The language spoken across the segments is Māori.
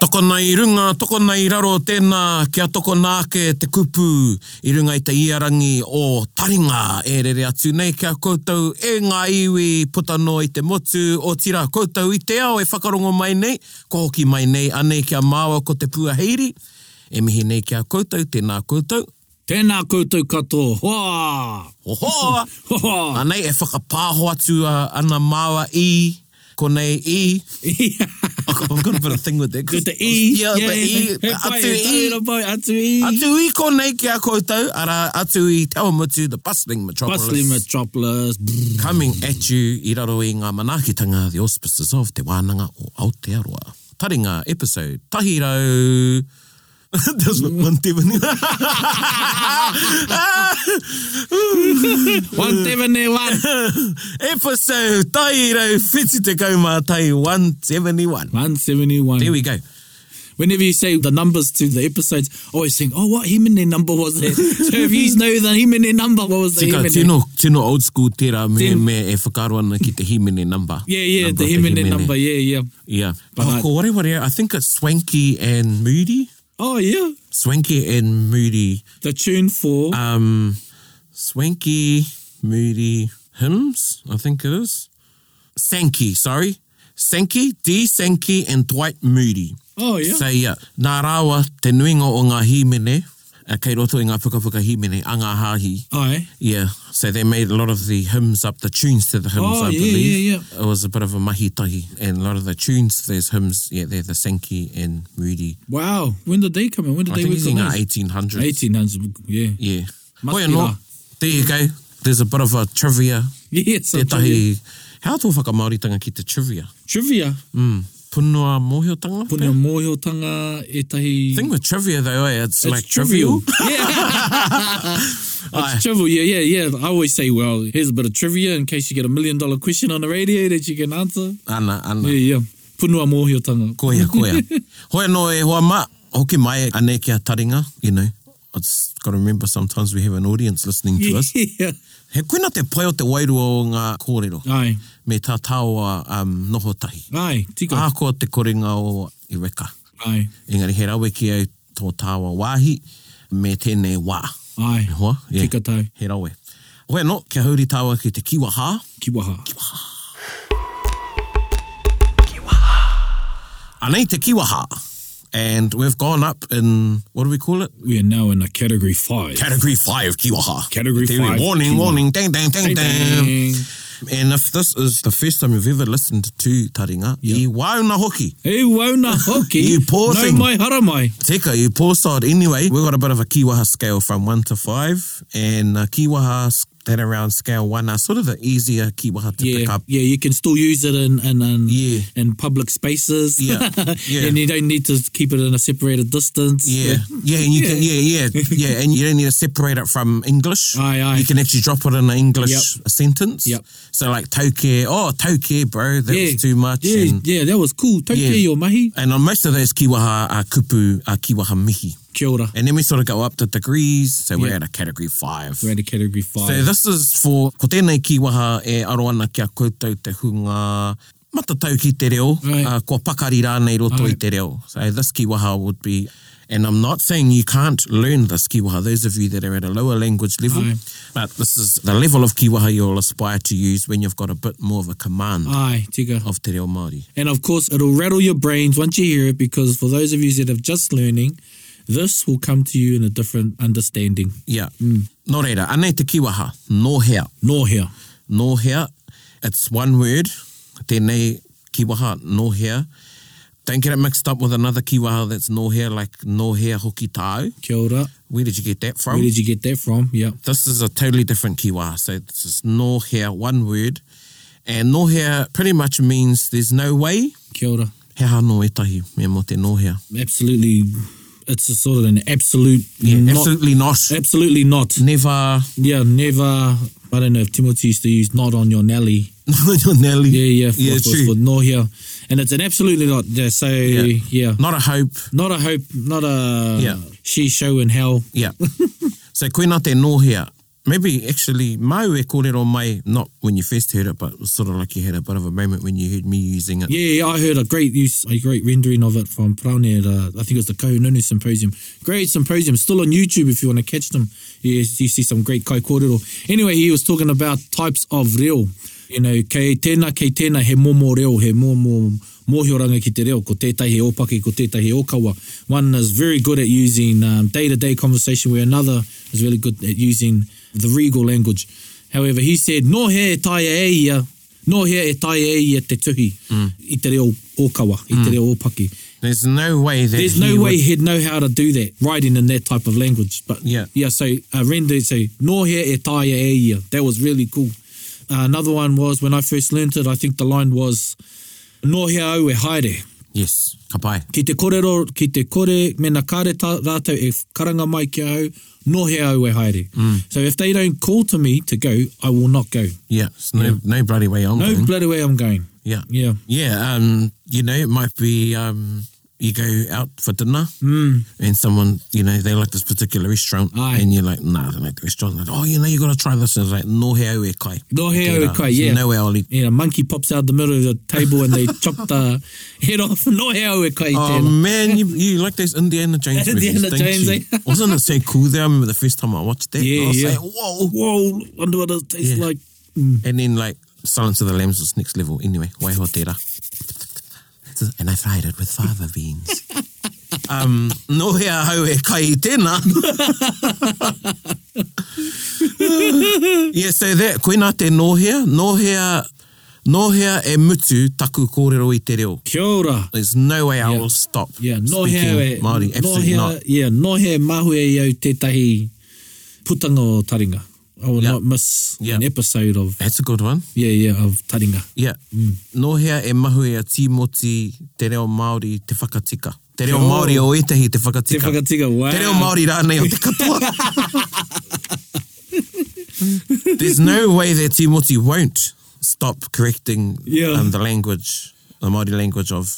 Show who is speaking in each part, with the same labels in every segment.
Speaker 1: Toko nei runga, toko nei raro tēnā, kia toko nāke te kupu i runga i te iarangi o taringa e rere atu nei kia koutou e ngā iwi puta no i te motu o tira koutou i te ao e whakarongo mai nei, ko hoki mai nei anei kia māua ko te pua heiri, e mihi nei kia koutou tēnā koutou,
Speaker 2: Tēnā koutou katoa. Hoa!
Speaker 1: ohoa!
Speaker 2: Hoa!
Speaker 1: Anei e whakapāho atu uh, ana māua i, ko nei i, I've got a bit of thing with that. 'cause-
Speaker 2: Ko te i.
Speaker 1: Yeah, yeah,
Speaker 2: he
Speaker 1: yeah, but e,
Speaker 2: pai
Speaker 1: atu
Speaker 2: e,
Speaker 1: i.
Speaker 2: taira pai, atu i.
Speaker 1: Atu i konei ki a koutou, ara atu i te Awamutu, the bustling metropolis.
Speaker 2: Bustling metropolis. Brr.
Speaker 1: Coming at you i raro i ngā manakitanga, the auspices of Te Wānanga o Aotearoa. Taringa, episode tahirau... That's not one teveni.
Speaker 2: One tevene one.
Speaker 1: episode tahirau, whiti te kaumātai 171.
Speaker 2: 171.
Speaker 1: There we go.
Speaker 2: Whenever you say the numbers to the episodes, I always think, oh, what himene number was that? so if you know the himene number, what was the
Speaker 1: Tika,
Speaker 2: himene?
Speaker 1: tino, tino old school tērā me,
Speaker 2: Tino-
Speaker 1: me e whakaro ana ki te himene number.
Speaker 2: Yeah, yeah,
Speaker 1: Number
Speaker 2: the
Speaker 1: of
Speaker 2: himene number, yeah, yeah.
Speaker 1: Yeah.
Speaker 2: But
Speaker 1: oh,
Speaker 2: I-
Speaker 1: ko wareware, I think it's Swanky and Moody.
Speaker 2: Oh, yeah.
Speaker 1: Swanky and Moody.
Speaker 2: The tune for,
Speaker 1: Um, Swanky, Moody hymns, I think it is. Sankey, sorry. Sankey, D. Sankey and Dwight Moody.
Speaker 2: oh, yeah.
Speaker 1: So yeah, nā rāua te nuinga o ngā himene, uh, kei roto i ngā whakawhaka himene, a ngā hāhi.
Speaker 2: Aye.
Speaker 1: Yeah, so they made a lot of the hymns up, the tunes to the hymns,
Speaker 2: Oh,
Speaker 1: I
Speaker 2: yeah,
Speaker 1: believe.
Speaker 2: yeah,
Speaker 1: It was a bit of a mahi tahi, and a lot of the tunes, there's hymns, yeah, they're the Sankey and Moody.
Speaker 2: Wow. When did they come in? When did
Speaker 1: I
Speaker 2: they
Speaker 1: think it's in
Speaker 2: work on
Speaker 1: the
Speaker 2: this?
Speaker 1: 1800s.
Speaker 2: 1800s. Yeah.
Speaker 1: Yeah.
Speaker 2: Must
Speaker 1: Koia
Speaker 2: be
Speaker 1: no,
Speaker 2: lah.
Speaker 1: there you go. There's a bit of a trivia.
Speaker 2: Yeah, it's a trivia.
Speaker 1: Tētahi, how tō whakamauritanga ki te trivia?
Speaker 2: Trivia.
Speaker 1: Mm. Punua mohiotanga?
Speaker 2: Puna mōhiotanga, e tahi...
Speaker 1: thing with trivia though, eh? it's,
Speaker 2: It's
Speaker 1: like
Speaker 2: trivial.
Speaker 1: trivial.
Speaker 2: yeah.
Speaker 1: Aye.
Speaker 2: it's trivial. Yeah, yeah, yeah. I always say, well, here's a bit of trivia in case you get a million dollar question on the radio that you can answer.
Speaker 1: ana, ana.
Speaker 2: Yeah, yeah. Punua mōhiotanga.
Speaker 1: Koia, koia. Hoi no e hoa ma, hoki mai anei kia taringa, you know. I just got to remember sometimes we have an audience listening to us.
Speaker 2: yeah.
Speaker 1: He koina te pai o te wairua o ngā kōrero.
Speaker 2: Aye.
Speaker 1: Me tā tāua um, noho tahi.
Speaker 2: Aye. Tiko.
Speaker 1: Ahakoa te korenga o i reka.
Speaker 2: Aye.
Speaker 1: Engari, he rawe ki au tō tāua wāhi me tēnei wā.
Speaker 2: Aye.
Speaker 1: Hoa? Yeah.
Speaker 2: Tika tau.
Speaker 1: He rawe. Hoi no, kia hauri tāua ki te kiwaha.
Speaker 2: Ki waha.
Speaker 1: Anei te kiwaha. And we've gone up in, what do we call it?
Speaker 2: We are now in a category five.
Speaker 1: Category 5 kiwaha.
Speaker 2: Category
Speaker 1: There we-
Speaker 2: five
Speaker 1: Warning,
Speaker 2: kiwaha.
Speaker 1: warning, dang, dang, dang,
Speaker 2: Ding,
Speaker 1: dang.
Speaker 2: ding.
Speaker 1: And if this is the first time you've ever listened to Taringa, i wauna hoki.
Speaker 2: Hey, wauna hoki.
Speaker 1: You E pausing.
Speaker 2: No mai haramai.
Speaker 1: Teka, you poor sod. Anyway, we've got a bit of a kiwaha scale from 1 to 5. And uh, kiwaha, s- that around scale 1, are sort of the easier kiwaha to pick
Speaker 2: Yeah,
Speaker 1: up.
Speaker 2: yeah, you can still use it in in, in,
Speaker 1: Yeah.
Speaker 2: in public spaces.
Speaker 1: Yeah, yeah.
Speaker 2: and you don't need to keep it in a separated distance.
Speaker 1: Yeah, yeah, and you can, yeah, yeah, yeah, and you don't need to separate it from English.
Speaker 2: Aye, aye.
Speaker 1: You can actually drop it in an English
Speaker 2: Yep.
Speaker 1: sentence.
Speaker 2: Yep.
Speaker 1: So like tauke, oh tauke, bro, that
Speaker 2: yeah.
Speaker 1: was too much.
Speaker 2: Yeah,
Speaker 1: And,
Speaker 2: yeah, that was cool. Take
Speaker 1: Yeah.
Speaker 2: care, your mahi.
Speaker 1: and on most of those kiwaha are kupu, are kiwaha mihi,
Speaker 2: Kia ora.
Speaker 1: and then we sort of go up to degrees. So we're
Speaker 2: Yeah.
Speaker 1: at a category five.
Speaker 2: We're at a category five.
Speaker 1: So this is for ko tēnei kiwaha e aro ana kia koutou te hunga matatau ki te reo,
Speaker 2: Right.
Speaker 1: uh, kua pakari rānei roto i
Speaker 2: Right.
Speaker 1: te reo. So this kiwaha would be, and I'm not saying you can't learn this kiwaha, those of you that are at a lower language level,
Speaker 2: Aye.
Speaker 1: but this is the level of kiwaha you'll aspire to use when you've got a bit more of a command
Speaker 2: Aye, tika.
Speaker 1: of te reo Māori.
Speaker 2: And of course, it'll rattle your brains once you hear it because for those of you that have just learning, this will come to you in a different understanding.
Speaker 1: Yeah.
Speaker 2: Hmm.
Speaker 1: Nō reira, anei te kiwaha, nō hea.
Speaker 2: Nor here.
Speaker 1: no hair. It's one word. Tēnei kiwaha, no hair. Don't get it mixed up with another kiwaha that's no hair, like no hair hoki tau.
Speaker 2: Kia ora.
Speaker 1: Where did you get that from?
Speaker 2: Where did you get that from? Yeah.
Speaker 1: this is a totally different kiwaha. So this is no hair, one word. And no hair pretty much means there's no way.
Speaker 2: Kia ora.
Speaker 1: He ha no etahi, me mo te no hair.
Speaker 2: Absolutely it's a sort of an absolute
Speaker 1: Yeah,
Speaker 2: not, Eh.
Speaker 1: absolutely not.
Speaker 2: absolutely not
Speaker 1: Never.
Speaker 2: yeah never I don't know if Timothy used to use not on your Nelly
Speaker 1: Not nearly.
Speaker 2: yeah yeah for,
Speaker 1: yeah,
Speaker 2: for,
Speaker 1: true.
Speaker 2: for no here and it's an absolutely not yeah, so yeah,
Speaker 1: Yeah. Not a hope.
Speaker 2: not a hope not a
Speaker 1: Yeah.
Speaker 2: she show in hell
Speaker 1: Yeah. so koe nā te nōhea. Maybe actually mau e kōrero mai, not when you first heard it, but it was sort of like you had a bit of a moment when you heard me using it.
Speaker 2: Yeah, I heard a great use, a great rendering of it from Praone at, uh, I think it was the Kohinono Symposium. Great symposium, still on YouTube if you want to catch them. You, you see some great kai kōrero. Anyway, he was talking about types of reo. You know, kei tēnā, kei tēnā, he momo reo, he momo mōhioranga ki te reo, ko tētai he opaki, ko tētai he okawa. One is very good at using um, day-to-day conversation, where another is really good at using the regal language. However, he said, no he e taia e ia, no he e taia e ia te tuhi mm. i te reo ōkawa, i te reo ōpaki.
Speaker 1: There's no way that
Speaker 2: There's
Speaker 1: he
Speaker 2: no way
Speaker 1: would-
Speaker 2: he'd know how to do that, writing in that type of language. But
Speaker 1: Yeah.
Speaker 2: yeah so uh, render, so no he e taia e ia. That was really cool. Uh, another one was, when I first learnt it, I think the line was, no he au e haere.
Speaker 1: Yes, ka pai.
Speaker 2: Ki te kōrero, ki te kore, mena kāre tā, rātou e karanga mai ki au, no he au e haere. So if they don't call to me to go, I will not go.
Speaker 1: Yeah, it's no, no bloody way I'm
Speaker 2: No
Speaker 1: going.
Speaker 2: bloody way I'm going.
Speaker 1: yeah.
Speaker 2: Yeah.
Speaker 1: Yeah, um, you know, it might be um, you go out for dinner mm. and someone, you know, they like this particular restaurant
Speaker 2: Hmm. Aye.
Speaker 1: and you're like, nah, they like the restaurant. Like, oh, you know, you got to try this. And it's like, no he au e kai.
Speaker 2: No he
Speaker 1: Tērā.
Speaker 2: au e kai,
Speaker 1: So
Speaker 2: yeah.
Speaker 1: No way I'll eat.
Speaker 2: Yeah, a monkey pops out the middle of the table and they chop the head off. No he au e kai
Speaker 1: Oh
Speaker 2: tēnā.
Speaker 1: man, you, you like those Indiana Jones movies,
Speaker 2: Indiana
Speaker 1: don't
Speaker 2: Jones,
Speaker 1: you?
Speaker 2: eh?
Speaker 1: Wasn't it so cool there? I remember the first time I watched that.
Speaker 2: Yeah,
Speaker 1: I was
Speaker 2: yeah. Mm.
Speaker 1: like, whoa.
Speaker 2: Whoa, wonder what it tastes
Speaker 1: Yeah.
Speaker 2: like.
Speaker 1: And then like Silence of the Lambs was next level. Anyway, way hotera. And I fried it with fava beans. um, no hea hau e kai i tēnā. yeah, so that, koe nā te nōhea. Nōhea, nōhea e mutu taku kōrero i te reo.
Speaker 2: Kia ora.
Speaker 1: There's no way I will stop
Speaker 2: Yeah, no he
Speaker 1: speaking
Speaker 2: au e.
Speaker 1: Māori. Absolutely
Speaker 2: no he,
Speaker 1: not.
Speaker 2: Yeah, no he mahu e au tētahi putanga o taringa. I will
Speaker 1: Yeah.
Speaker 2: not miss
Speaker 1: Yeah.
Speaker 2: an episode of,
Speaker 1: That's a good one.
Speaker 2: yeah, yeah, of taringa.
Speaker 1: Yeah. Mm. Nō hea e mahu e a tīmoti te reo Māori te whakatika. Te reo
Speaker 2: Oh.
Speaker 1: Māori o etahi te
Speaker 2: Te
Speaker 1: whakatika.
Speaker 2: whakatika, wow.
Speaker 1: Te reo Māori rānei o te katoa. There's no way that Timothy won't stop correcting
Speaker 2: Yeah.
Speaker 1: um, the language, the Māori language of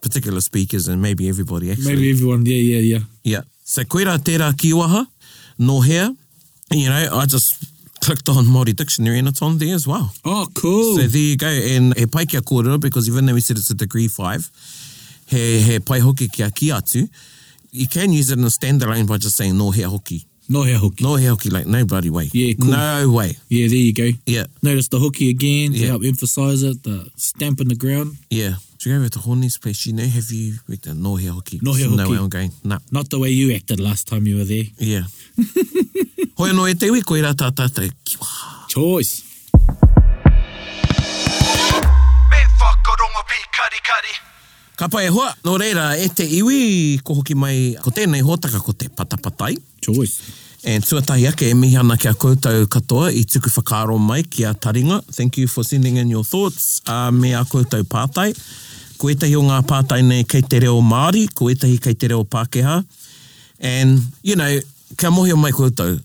Speaker 1: particular speakers and maybe everybody actually.
Speaker 2: Maybe everyone, yeah, yeah, yeah.
Speaker 1: Yeah. So koe rā tērā kiwaha, nō hea. You know, I just clicked on Māori Dictionary and it's on there as well.
Speaker 2: Oh, cool.
Speaker 1: So there you go. And he pai kia kōrero, because even though we said it's a degree five, he, he pai hoki kia ki atu, you can use it in a standalone by just saying no hea hoki.
Speaker 2: no he hoki.
Speaker 1: No hea hoki, like no bloody way.
Speaker 2: Yeah, cool.
Speaker 1: No way.
Speaker 2: Yeah, there you go.
Speaker 1: Yeah,
Speaker 2: Notice the hooky again to
Speaker 1: Yeah.
Speaker 2: help emphasize it, the stamp in the ground.
Speaker 1: yeah. Should we go over to Horny's place? You know, have you with the no hea hoki?
Speaker 2: No hea
Speaker 1: No
Speaker 2: hoki.
Speaker 1: way I'm going. Nah.
Speaker 2: Not the way you acted last time you were there.
Speaker 1: Yeah. Hoi anō e te iwi, koe rā tātā te kiwa.
Speaker 2: Choice.
Speaker 3: Me whakarongo pi kari kari.
Speaker 1: Ka pai e hoa, nō reira, e te iwi, ko hoki mai, ko tēnei hōtaka ko te patapatai.
Speaker 2: Choice.
Speaker 1: And tuatahi ake e mihi ana kia koutou katoa i tuku whakaaro mai ki a taringa. Thank you for sending in your thoughts uh, me a koutou pātai. Ko etahi o ngā pātai nei kei te reo Māori, ko etahi kei te reo Pākehā. And, you know, kia mohi o mai koutou.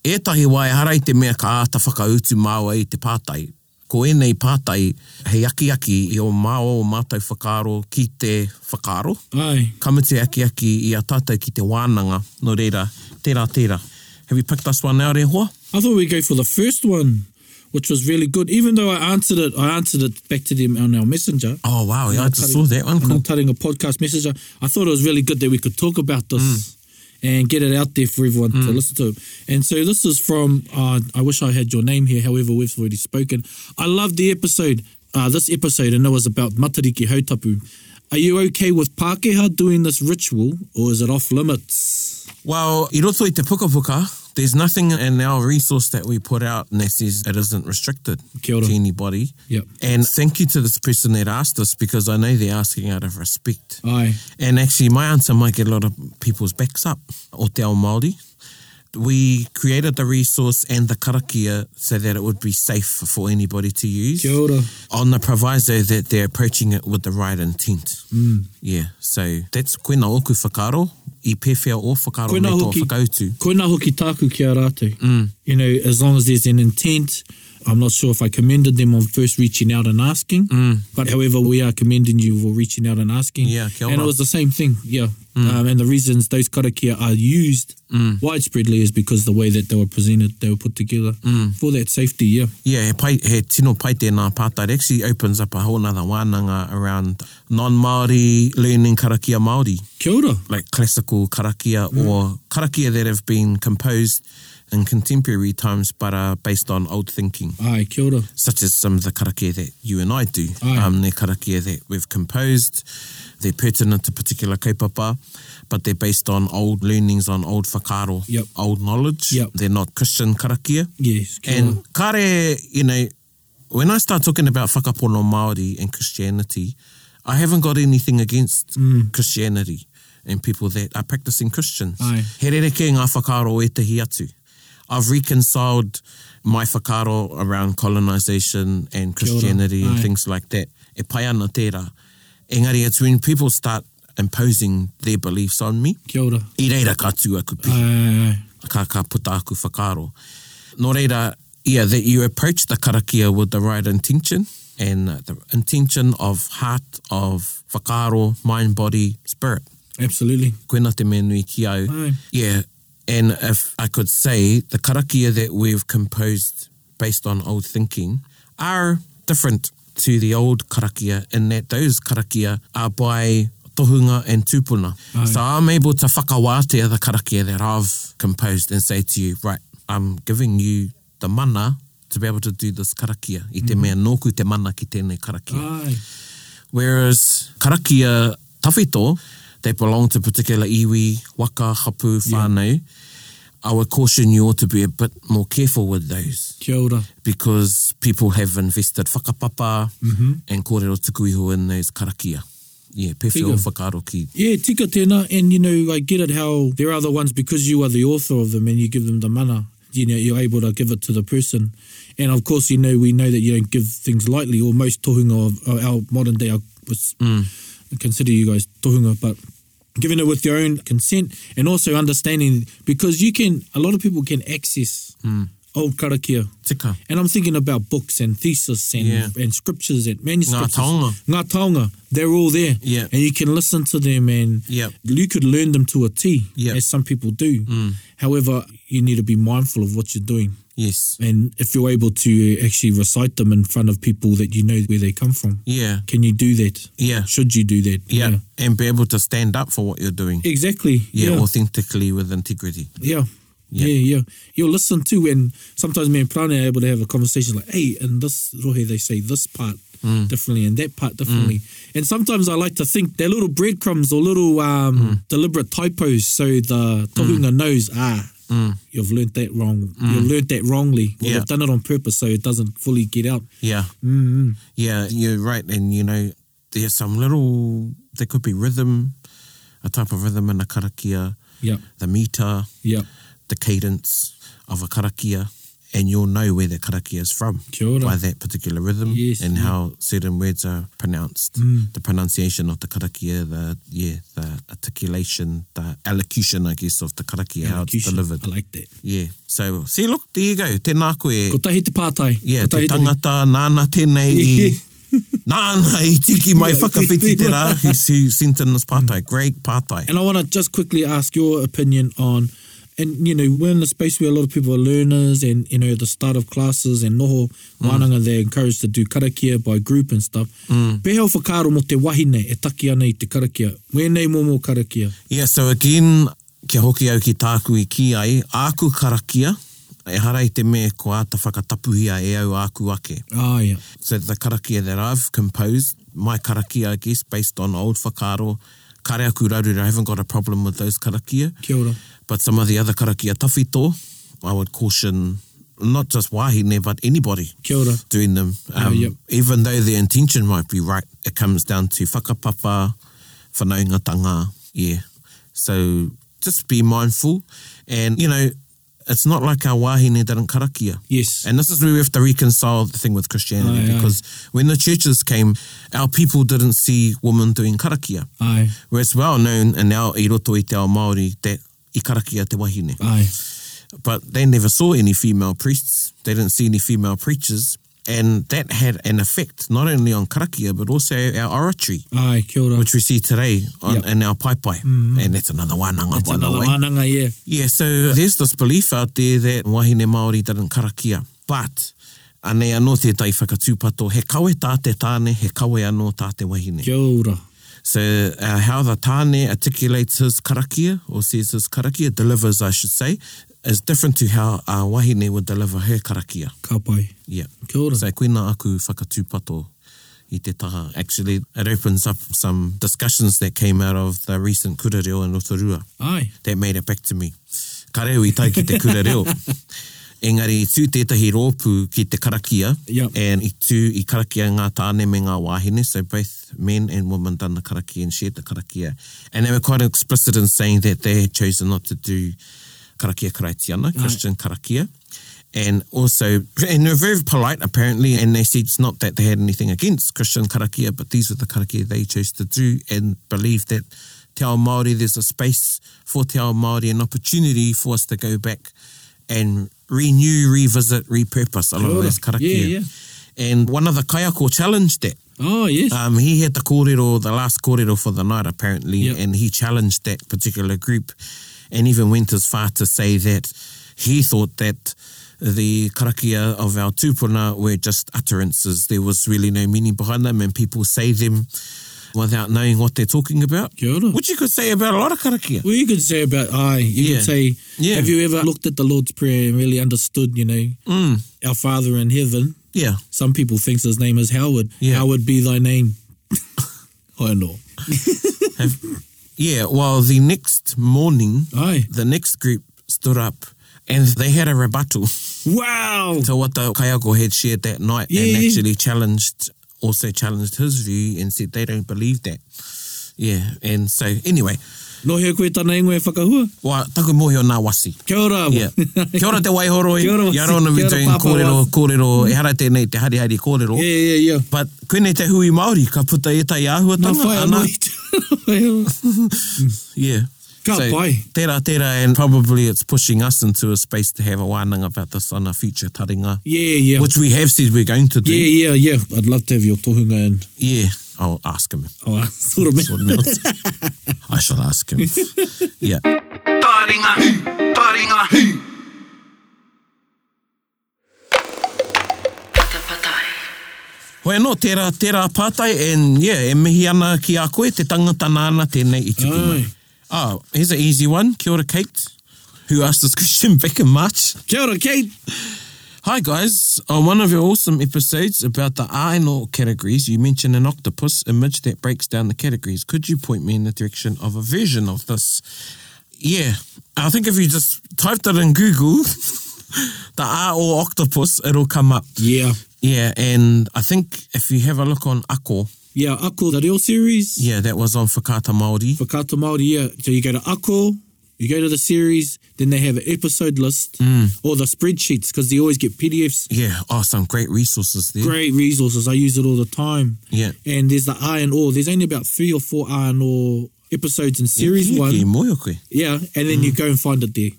Speaker 1: Ētahi wai harai te mea ka āta whakautu māua i te pātai. Ko enei pātai hei aki aki i o māua o mātou whakaaro ki te whakaaro
Speaker 2: Aye.
Speaker 1: kamite aki aki i a tātou ki te wānanga, no reira, tērā tērā. Have you picked us one out, e hoa?
Speaker 2: I thought we'd go for the first one, which was really good. Even though I answered it, I answered it back to them on our messenger.
Speaker 1: Oh, wow, yeah, I just saw that one.
Speaker 2: on our
Speaker 1: Cool.
Speaker 2: Taringa podcast messenger. I thought it was really good that we could talk about this
Speaker 1: Mm.
Speaker 2: and get it out there for everyone to listen to. And so this is from, uh, I wish I had your name here, however, we've already spoken. I love the episode, uh, this episode, and it was about Matariki Hautapu. Are you okay with Pākehā doing this ritual or is it off limits?
Speaker 1: Well, i roto i te pukapuka, there's nothing in our resource that we put out that says it isn't restricted
Speaker 2: Kia ora.
Speaker 1: to anybody.
Speaker 2: Yep.
Speaker 1: And thank you to this person that asked us because I know they're asking out of respect.
Speaker 2: Aye.
Speaker 1: And actually, my answer might get a lot of people's backs up, o te ao Māori. we created the resource and the karakia so that it would be safe for anybody to use.
Speaker 2: Kia ora.
Speaker 1: On the proviso that they're approaching it with the right intent. Mm. Yeah, so that's koina oku whakaro, i pewhia o whakaro
Speaker 2: Koina
Speaker 1: me tō
Speaker 2: hoki-
Speaker 1: whakautu.
Speaker 2: Koina hoki tāku ki a rātou.
Speaker 1: Mm.
Speaker 2: You know, as long as there's an intent, I'm not sure if I commended them on first reaching out and asking, but however, we are commending you for reaching out and asking.
Speaker 1: Mm. Yeah, kia
Speaker 2: and it
Speaker 1: ora. Mm.
Speaker 2: was the same thing, yeah. Um, and the reasons those karakia are used widespreadly is because the way that they were presented, they were put together
Speaker 1: Mm.
Speaker 2: for that safety, yeah.
Speaker 1: Yeah, he, pai, he tino pai tēnā pāta. It actually opens up a whole nother wānanga around non-Māori learning karakia Māori.
Speaker 2: Kia ora.
Speaker 1: like classical karakia or karakia that have been composed in contemporary times but are based on old thinking,
Speaker 2: Ai, kia ora.
Speaker 1: such as some of the karakia that you and I do.
Speaker 2: Aye.
Speaker 1: Um, they're karakia that we've composed, they're pertinent to particular kaupapa, but they're based on old learnings, on old whakaro,
Speaker 2: Yep.
Speaker 1: old knowledge.
Speaker 2: Yep.
Speaker 1: They're not Christian karakia.
Speaker 2: Yes, kia ora.
Speaker 1: And kare, you know, when I start talking about whakapono Māori and Christianity, I haven't got anything against
Speaker 2: Mm.
Speaker 1: Christianity and people that are practicing Christians.
Speaker 2: Aye.
Speaker 1: He rere ki ngā whakaro e tahi atu. I've reconciled my whakaro around colonization and
Speaker 2: ora.
Speaker 1: Christianity and
Speaker 2: Aye.
Speaker 1: things like that. E pai ana tērā. Engari, it's when people start imposing their beliefs on me.
Speaker 2: Kia ora.
Speaker 1: I reira kātua kupi
Speaker 2: Ai, ai, ai.
Speaker 1: ka ka puta aku whakaro. Nō reira, yeah, that you approach the karakia with the right intention and uh, the intention of heart, of whakaro, mind, body, spirit.
Speaker 2: Absolutely.
Speaker 1: Koena te me nui ki au.
Speaker 2: Aye.
Speaker 1: Yeah, and if I could say, the karakia that we've composed based on old thinking are different to the old karakia in that those karakia are by tohunga and tupuna.
Speaker 2: Aye.
Speaker 1: So I'm able to whakawātea the karakia that I've composed and say to you, right, I'm giving you the mana to be able to do this karakia. I te mea nōku te mana ki tēnei karakia.
Speaker 2: Ai.
Speaker 1: Whereas karakia tawhito, they belong to particular iwi, waka, hapu, whānau. I would caution you all to be a bit more careful with those
Speaker 2: Kia ora.
Speaker 1: because people have invested whakapapa and kōrero tukuiho in those karakia. Yeah, pewhia o
Speaker 2: Bigger.
Speaker 1: whakaro ki.
Speaker 2: Yeah, tika tēnā, and you know, I get it how there are other ones because you are the author of them and you give them the mana, you know, you're able to give it to the person. And of course, you know, we know that you don't give things lightly, or most tohunga of of our modern day, I was consider you guys tohunga, but giving it with your own consent and also understanding because you can, a lot of people can access old karakia.
Speaker 1: Tika.
Speaker 2: And I'm thinking about books and thesis and,
Speaker 1: Yeah.
Speaker 2: and scriptures and manuscripts.
Speaker 1: taonga.
Speaker 2: Ngā taonga, they're all there.
Speaker 1: Yeah.
Speaker 2: And you can listen to them and
Speaker 1: Yep.
Speaker 2: you could learn them to a T,
Speaker 1: Yep.
Speaker 2: as some people do.
Speaker 1: Mm.
Speaker 2: However, you need to be mindful of what you're doing.
Speaker 1: Yes.
Speaker 2: And if you're able to actually recite them in front of people that you know where they come from,
Speaker 1: Yeah.
Speaker 2: can you do that?
Speaker 1: Yeah.
Speaker 2: Should you do that?
Speaker 1: Yeah. And be able to stand up for what you're doing.
Speaker 2: Exactly.
Speaker 1: Yeah, authentically with integrity.
Speaker 2: Yeah.
Speaker 1: Yeah.
Speaker 2: Yeah, yeah. You'll listen too, and sometimes me and Prana are able to have a conversation like, hey, in this rohe, they say this part
Speaker 1: Mm.
Speaker 2: differently and that part differently. And sometimes I like to think they're little breadcrumbs or little um,
Speaker 1: Mm.
Speaker 2: deliberate typos so the tohunga knows, ah, you've learnt that wrong. You've learnt that wrongly. Or
Speaker 1: Mm. Yeah.
Speaker 2: You've done it on purpose so it doesn't fully get out.
Speaker 1: Yeah. mm
Speaker 2: Mm-hmm.
Speaker 1: Yeah, you're right. And, you know, there's some little, there could be rhythm, a type of rhythm in a karakia,
Speaker 2: Yeah,
Speaker 1: the meter,
Speaker 2: yeah.
Speaker 1: the cadence of a karakia. And you'll know where the karakia is from
Speaker 2: Kia ora.
Speaker 1: by that particular rhythm
Speaker 2: Yes,
Speaker 1: and
Speaker 2: yeah. Mm.
Speaker 1: how certain words are pronounced. The pronunciation of the karakia, the yeah, the articulation, the elocution, I guess, of the karakia, how it's
Speaker 2: Elocution.
Speaker 1: delivered.
Speaker 2: I like that.
Speaker 1: Yeah. So, see, look, there you go. Tēnā koe.
Speaker 2: Ko tahi te pātai.
Speaker 1: Yeah,
Speaker 2: Ko
Speaker 1: te
Speaker 2: tahi te-
Speaker 1: tangata, nāna tēnei i... nāna i tiki mai whakawhiti te rā, i si sintanas pātai, great pātai.
Speaker 2: And I want to just quickly ask your opinion on, and you know, we're in a space where a lot of people are learners, and you know, the start of classes and noho
Speaker 1: Mm.
Speaker 2: wānanga, they're encouraged to do karakia by group and stuff. Mm. Peheo whakaro mo te wahine e taki ana i te karakia. Wēnei momo karakia.
Speaker 1: Yeah, so again, kia hoki au ki tāku i ki ai, āku karakia, e hara i te me ko āta whakatapuhia e au āku ake.
Speaker 2: Ah, yeah.
Speaker 1: So the karakia that I've composed, my karakia, I guess, based on old whakaro, kare aku rarura, I haven't got a problem with those karakia.
Speaker 2: Kia ora.
Speaker 1: But some of the other karakia tawhito, I would caution not just wahine, but anybody
Speaker 2: Kia ora. Ah,
Speaker 1: doing them. Um,
Speaker 2: yep.
Speaker 1: Even though the intention might be right, it comes down to whakapapa, whanaungatanga, yeah. So just be mindful. And, you know, it's not like our wahine didn't karakia.
Speaker 2: Yes.
Speaker 1: And this is where we have to reconcile the thing with Christianity
Speaker 2: Aye, aye.
Speaker 1: because when the churches came, our people didn't see women doing karakia.
Speaker 2: Aye.
Speaker 1: Where it's well known in our i roto i te ao Māori that i karakia te wahine.
Speaker 2: Aye.
Speaker 1: But they never saw any female priests. They didn't see any female preachers. And that had an effect not only on karakia but also our oratory.
Speaker 2: Aye. Kia ora.
Speaker 1: Which we see today on,
Speaker 2: Yep.
Speaker 1: in our pai pai. And that's another wānanga,
Speaker 2: Mm-hmm. That's
Speaker 1: by the
Speaker 2: another
Speaker 1: way.
Speaker 2: wānanga, yeah.
Speaker 1: Yeah, so there's this belief out there that wahine Māori didn't karakia, but anei anō tētai whakatūpato, he kawe tā te tāne, he kawe anō tā te wahine.
Speaker 2: Kia ora.
Speaker 1: So uh, how the tāne articulates his karakia, or says his karakia, delivers I should say, is different to how a wahine would deliver her karakia.
Speaker 2: Ka pai.
Speaker 1: Yeah.
Speaker 2: Kia ora.
Speaker 1: So koina aku whakatūpato i te taha. Actually, it opens up some discussions that came out of the recent kūrereo in Rotorua.
Speaker 2: Aye.
Speaker 1: that made it back to me. Ka reo i tai ki te kura reo. Engari, i tū tētahi rōpū ki te karakia,
Speaker 2: Yep.
Speaker 1: and i tū i karakia ngā tāne me ngā wāhine, so both men and women done the karakia and shared the karakia. And they were quite explicit in saying that they had chosen not to do karakia karaitiana, Christian karakia. And also, and they're very polite apparently, and they said it's not that they had anything against Christian karakia, but these were the karakia they chose to do and believe that te ao Māori, there's a space for te ao Māori, an opportunity for us to go back and renew, revisit, repurpose a lot of
Speaker 2: Sure.
Speaker 1: those karakia.
Speaker 2: Yeah, yeah.
Speaker 1: And one of the kayako challenged that.
Speaker 2: Oh, yes.
Speaker 1: Um, he had the kōrero, the last kōrero for the night apparently,
Speaker 2: Yep.
Speaker 1: and he challenged that particular group and even went as far to say that he thought that the karakia of our tūpuna were just utterances. There was really no meaning behind them and people say them without knowing what they're talking about.
Speaker 2: Kia ora.
Speaker 1: Which you could say about a lot of karakia.
Speaker 2: Well, you could say about aye. You
Speaker 1: Yeah.
Speaker 2: could say,
Speaker 1: Yeah.
Speaker 2: have you ever looked at the Lord's Prayer and really understood, you know,
Speaker 1: Mm.
Speaker 2: our Father in heaven?
Speaker 1: Yeah.
Speaker 2: Some people thinks his name is Howard.
Speaker 1: Yeah.
Speaker 2: Howard be thy name. I know.
Speaker 1: Yeah, well, the next morning,
Speaker 2: Aye.
Speaker 1: the next group stood up and they had a rebuttal
Speaker 2: Wow.
Speaker 1: to what the Kayako had shared that night
Speaker 2: Yeah,
Speaker 1: and
Speaker 2: yeah.
Speaker 1: actually challenged, also challenged his view and said they don't believe that. Yeah, and so anyway,
Speaker 2: No hea koe tana ingoe e whakahua.
Speaker 1: wa taku mohi o nā wasi.
Speaker 2: Kia ora.
Speaker 1: Yeah. Kia ora te waihoroi.
Speaker 2: Kia ora wasi.
Speaker 1: Ia rona we
Speaker 2: Kia ora
Speaker 1: doing
Speaker 2: papa
Speaker 1: kōrero,
Speaker 2: wasi. Mm-hmm.
Speaker 1: kōrero, e hara tēnei te harihari kōrero.
Speaker 2: Yeah, yeah, yeah.
Speaker 1: But koenei te hui Māori ka puta e tai
Speaker 2: Nā
Speaker 1: āhuatanga.
Speaker 2: whai
Speaker 1: ana-
Speaker 2: anō i te-
Speaker 1: Yeah.
Speaker 2: Ka pai.
Speaker 1: Tērā tērā, and probably it's pushing us into a space to have a wānanga about this on a future taringa,
Speaker 2: Yeah, yeah.
Speaker 1: which we have said we're going to do.
Speaker 2: Yeah, yeah, yeah. I'd love to have your tohunga and
Speaker 1: Yeah. I'll ask him.
Speaker 2: oh, sort of
Speaker 1: Sort him out. I shall ask him. yeah.
Speaker 3: Taringa, taringa,
Speaker 4: Patapatai.
Speaker 1: Hoi anō, tērā, tērā pātai, and yeah, e mihi ana ki a koe, te tangata nāna tēnei i
Speaker 2: Ah.
Speaker 1: tuku mai.
Speaker 2: Aye.
Speaker 1: Oh, here's an easy one. Kia ora, Kate, who asked this question back in March.
Speaker 2: Kia ora, Kate.
Speaker 1: Hi guys, on one of your awesome episodes about the Aino categories, you mentioned an octopus image that breaks down the categories. Could you point me in the direction of a version of this? Yeah, I think if you just typed it in Google, the A or octopus, it'll come up.
Speaker 2: Yeah.
Speaker 1: Yeah, and I think if you have a look on Ako,
Speaker 2: Yeah, Ako, the real series.
Speaker 1: yeah, that was on Fakata Māori.
Speaker 2: for Kato Māori, yeah. So you go to Ako, you go to the series, then they have an episode list
Speaker 1: Mm.
Speaker 2: or the spreadsheets because they always get PDFs.
Speaker 1: Yeah, oh, some great resources there.
Speaker 2: Great resources. I use it all the time.
Speaker 1: Yeah.
Speaker 2: And there's the I and O. There's only about three or four I and O episodes in series
Speaker 1: Kia
Speaker 2: one.
Speaker 1: ki moe o koe.
Speaker 2: Yeah. And then
Speaker 1: Mm.
Speaker 2: you go and find it there.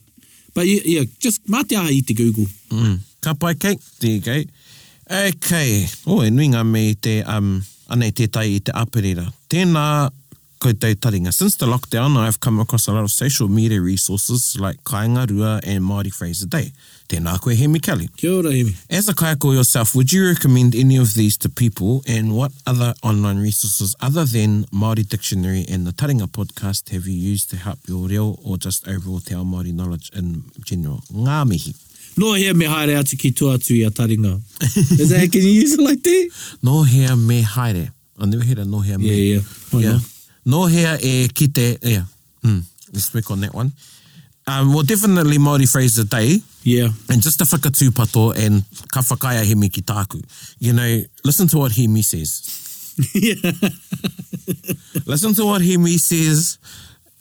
Speaker 2: But yeah, yeah just mate aha i te Google.
Speaker 1: Ka pai kei, there you go. Okay, o e nuinga me te, um, anei tētai i te aperira. Tēnā koutou taringa. Since the lockdown, I've come across a lot of social media resources like Kainga Rua and Māori Phrase a Day. Tēnā koe he Mikali.
Speaker 2: Kia ora, Hemi.
Speaker 1: As a kayako yourself, would you recommend any of these to people and what other online resources other than Māori Dictionary and the Taringa podcast have you used to help your reo or just overall te ao Māori knowledge in general? Ngā mihi.
Speaker 2: No here me haere atu ki tō atu i a taringa. Is that, can you use it like that?
Speaker 1: No hea me haere. I never heard of no hea me.
Speaker 2: Yeah, yeah. Why
Speaker 1: yeah.
Speaker 2: not?
Speaker 1: No hea e kite. Yeah. Mm. Let's speak on that one. Um, well, definitely Māori phrase a day.
Speaker 2: Yeah.
Speaker 1: And just to whakatūpato and ka whakaya himi ki tāku. You know, listen to what himi says.
Speaker 2: yeah.
Speaker 1: Listen to what himi says.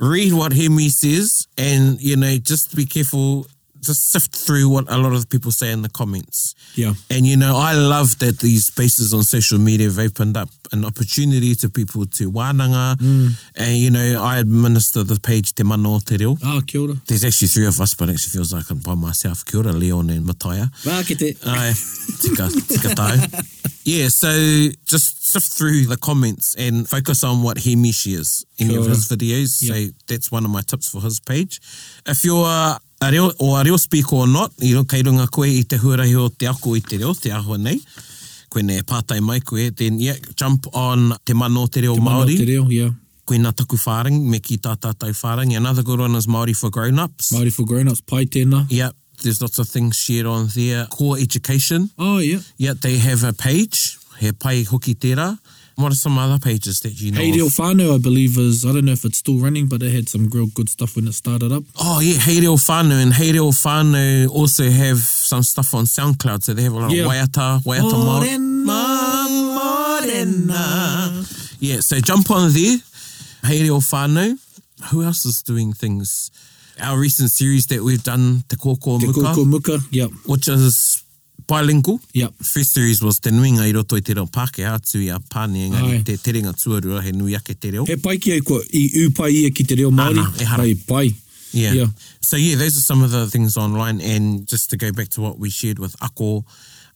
Speaker 1: Read what himi says. And, you know, just be careful to sift through what a lot of people say in the comments.
Speaker 2: Yeah.
Speaker 1: And you know, I love that these spaces on social media have opened up an opportunity to people to wānanga. And you know, I administer the page Te Mana o Te Reo.
Speaker 2: Ah, kia ora.
Speaker 1: There's actually three of us, but it actually feels like I'm by myself. Kia ora, Leon and Mataya.
Speaker 2: Wā ki te.
Speaker 1: Ai, tika, tika tau. Yeah, so just sift through the comments and focus on what Hemishi is, any
Speaker 2: Kia
Speaker 1: of
Speaker 2: ora.
Speaker 1: his videos.
Speaker 2: Yeah.
Speaker 1: So that's one of my tips for his page. If you're a reo, or a reo speaker or not, you know, kei runga koe i te huarahi o te ako i te reo, te ahua nei, koe ne pātai mai koe, then yeah, jump on Te Mano Te Reo
Speaker 2: Mana
Speaker 1: Māori,
Speaker 2: Te reo, yeah.
Speaker 1: koe nā taku whārangi, me ki tā tātou whārangi. Another good one is Māori for grown-ups.
Speaker 2: Māori for grown-ups, pai tēnā.
Speaker 1: Yeah, there's lots of things shared on there. Core education.
Speaker 2: Oh, yeah.
Speaker 1: Yeah, they have a page, He Pai Hoki Tera. What are some other pages that you know?
Speaker 2: Hey
Speaker 1: of?
Speaker 2: Reo Whānau, I believe, is, I don't know if it's still running, but it had some real good stuff when it started up.
Speaker 1: Oh, yeah, Hey Reo Whānau. And Hey Reo Whānau also have some stuff on SoundCloud. So they have a lot
Speaker 2: Yeah. Oh,
Speaker 1: of Waiata, Waiata Māori.
Speaker 2: Morena, morena.
Speaker 1: Yeah, so jump on there. Hey Reo Whānau. Who else is doing things? Our recent series that we've done, Te Kōkō
Speaker 2: Te
Speaker 1: Muka,
Speaker 2: kōkō muka, yep,
Speaker 1: which is bilingual.
Speaker 2: yep.
Speaker 1: First series was Te Nuinga i roto i te reo Pākehā tū i a pāne
Speaker 2: Ai.
Speaker 1: engari te terenga tuarua he nui ake te reo.
Speaker 2: He pai ki au kua, i upai ia ki te reo Māori,
Speaker 1: Ana, e hara.
Speaker 2: pai pai.
Speaker 1: Yeah.
Speaker 2: Yeah.
Speaker 1: So yeah, those are some of the things online. And just to go back to what we shared with Ako,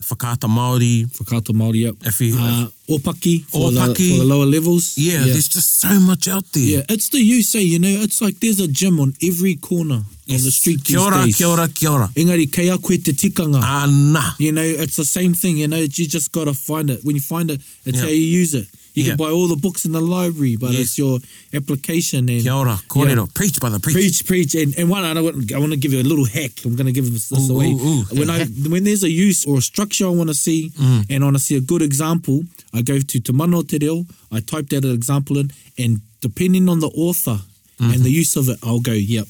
Speaker 1: Fakata Maori.
Speaker 2: Whakata Māori, yep.
Speaker 1: If you-
Speaker 2: uh, Opaki, for, The,
Speaker 1: Ōpaki.
Speaker 2: for the lower levels.
Speaker 1: Yeah, there's just so much out there.
Speaker 2: Yeah, it's the you say, you know, it's like there's a gym on every corner of the street these
Speaker 1: Kia ora,
Speaker 2: days.
Speaker 1: kia ora, kia ora.
Speaker 2: Engari, kei a koe te tikanga.
Speaker 1: Ana.
Speaker 2: You know, it's the same thing. You know, you just got to find it. When you find it, it's
Speaker 1: Yeah.
Speaker 2: how you use it. You
Speaker 1: Yeah.
Speaker 2: can buy all the books in the library, but
Speaker 1: Yes.
Speaker 2: it's your application and
Speaker 1: Kia ora, kōrero. Preach, brother, preach.
Speaker 2: preach, preach, and and one. I want, I want to give you a little hack. I'm going to give this
Speaker 1: Ooh,
Speaker 2: away.
Speaker 1: ooh, ooh.
Speaker 2: When I when there's a use or a structure I want to see,
Speaker 1: Mm.
Speaker 2: and I want to see a good example, I go to Te Mano Te Reo. I type that example in, and depending on the author and the use of it, I'll go. Yep,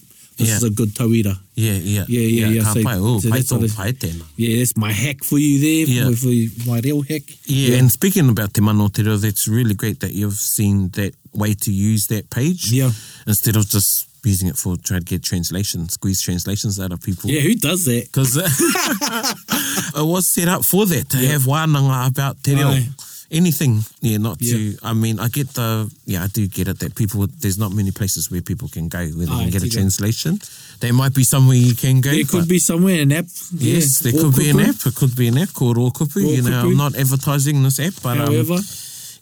Speaker 1: Mm-hmm.
Speaker 2: this
Speaker 1: Yeah.
Speaker 2: is a good tawira.
Speaker 1: Yeah, yeah.
Speaker 2: Yeah, yeah, yeah.
Speaker 1: Ka
Speaker 2: So-
Speaker 1: pai, oh,
Speaker 2: so
Speaker 1: pai
Speaker 2: that's what
Speaker 1: tō
Speaker 2: it-
Speaker 1: pai tēnā.
Speaker 2: Yeah, that's my hack for you there.
Speaker 1: Yeah.
Speaker 2: For, for my real hack.
Speaker 1: Yeah, and speaking about Te Mano Te Reo, that's really great that you've seen that way to use that page.
Speaker 2: Yeah.
Speaker 1: Instead of just using it for trying to get translations, squeeze translations out of people.
Speaker 2: Yeah, who does that?
Speaker 1: because it uh, was set up for that to have wānanga about te reo.
Speaker 2: Aye.
Speaker 1: Anything, yeah, not
Speaker 2: Yeah.
Speaker 1: to. I mean, I get the, yeah, I do get it that people, there's not many places where people can go where they
Speaker 2: Aye,
Speaker 1: can get a
Speaker 2: tiga.
Speaker 1: translation. There might be somewhere you can go.
Speaker 2: There could
Speaker 1: but-
Speaker 2: be somewhere an app. Yeah.
Speaker 1: Yes, there
Speaker 2: Or
Speaker 1: could be an
Speaker 2: kupu.
Speaker 1: app. It could be an app called Okupu. You know,
Speaker 2: Okupu.
Speaker 1: I'm not advertising this app, but um,
Speaker 2: However,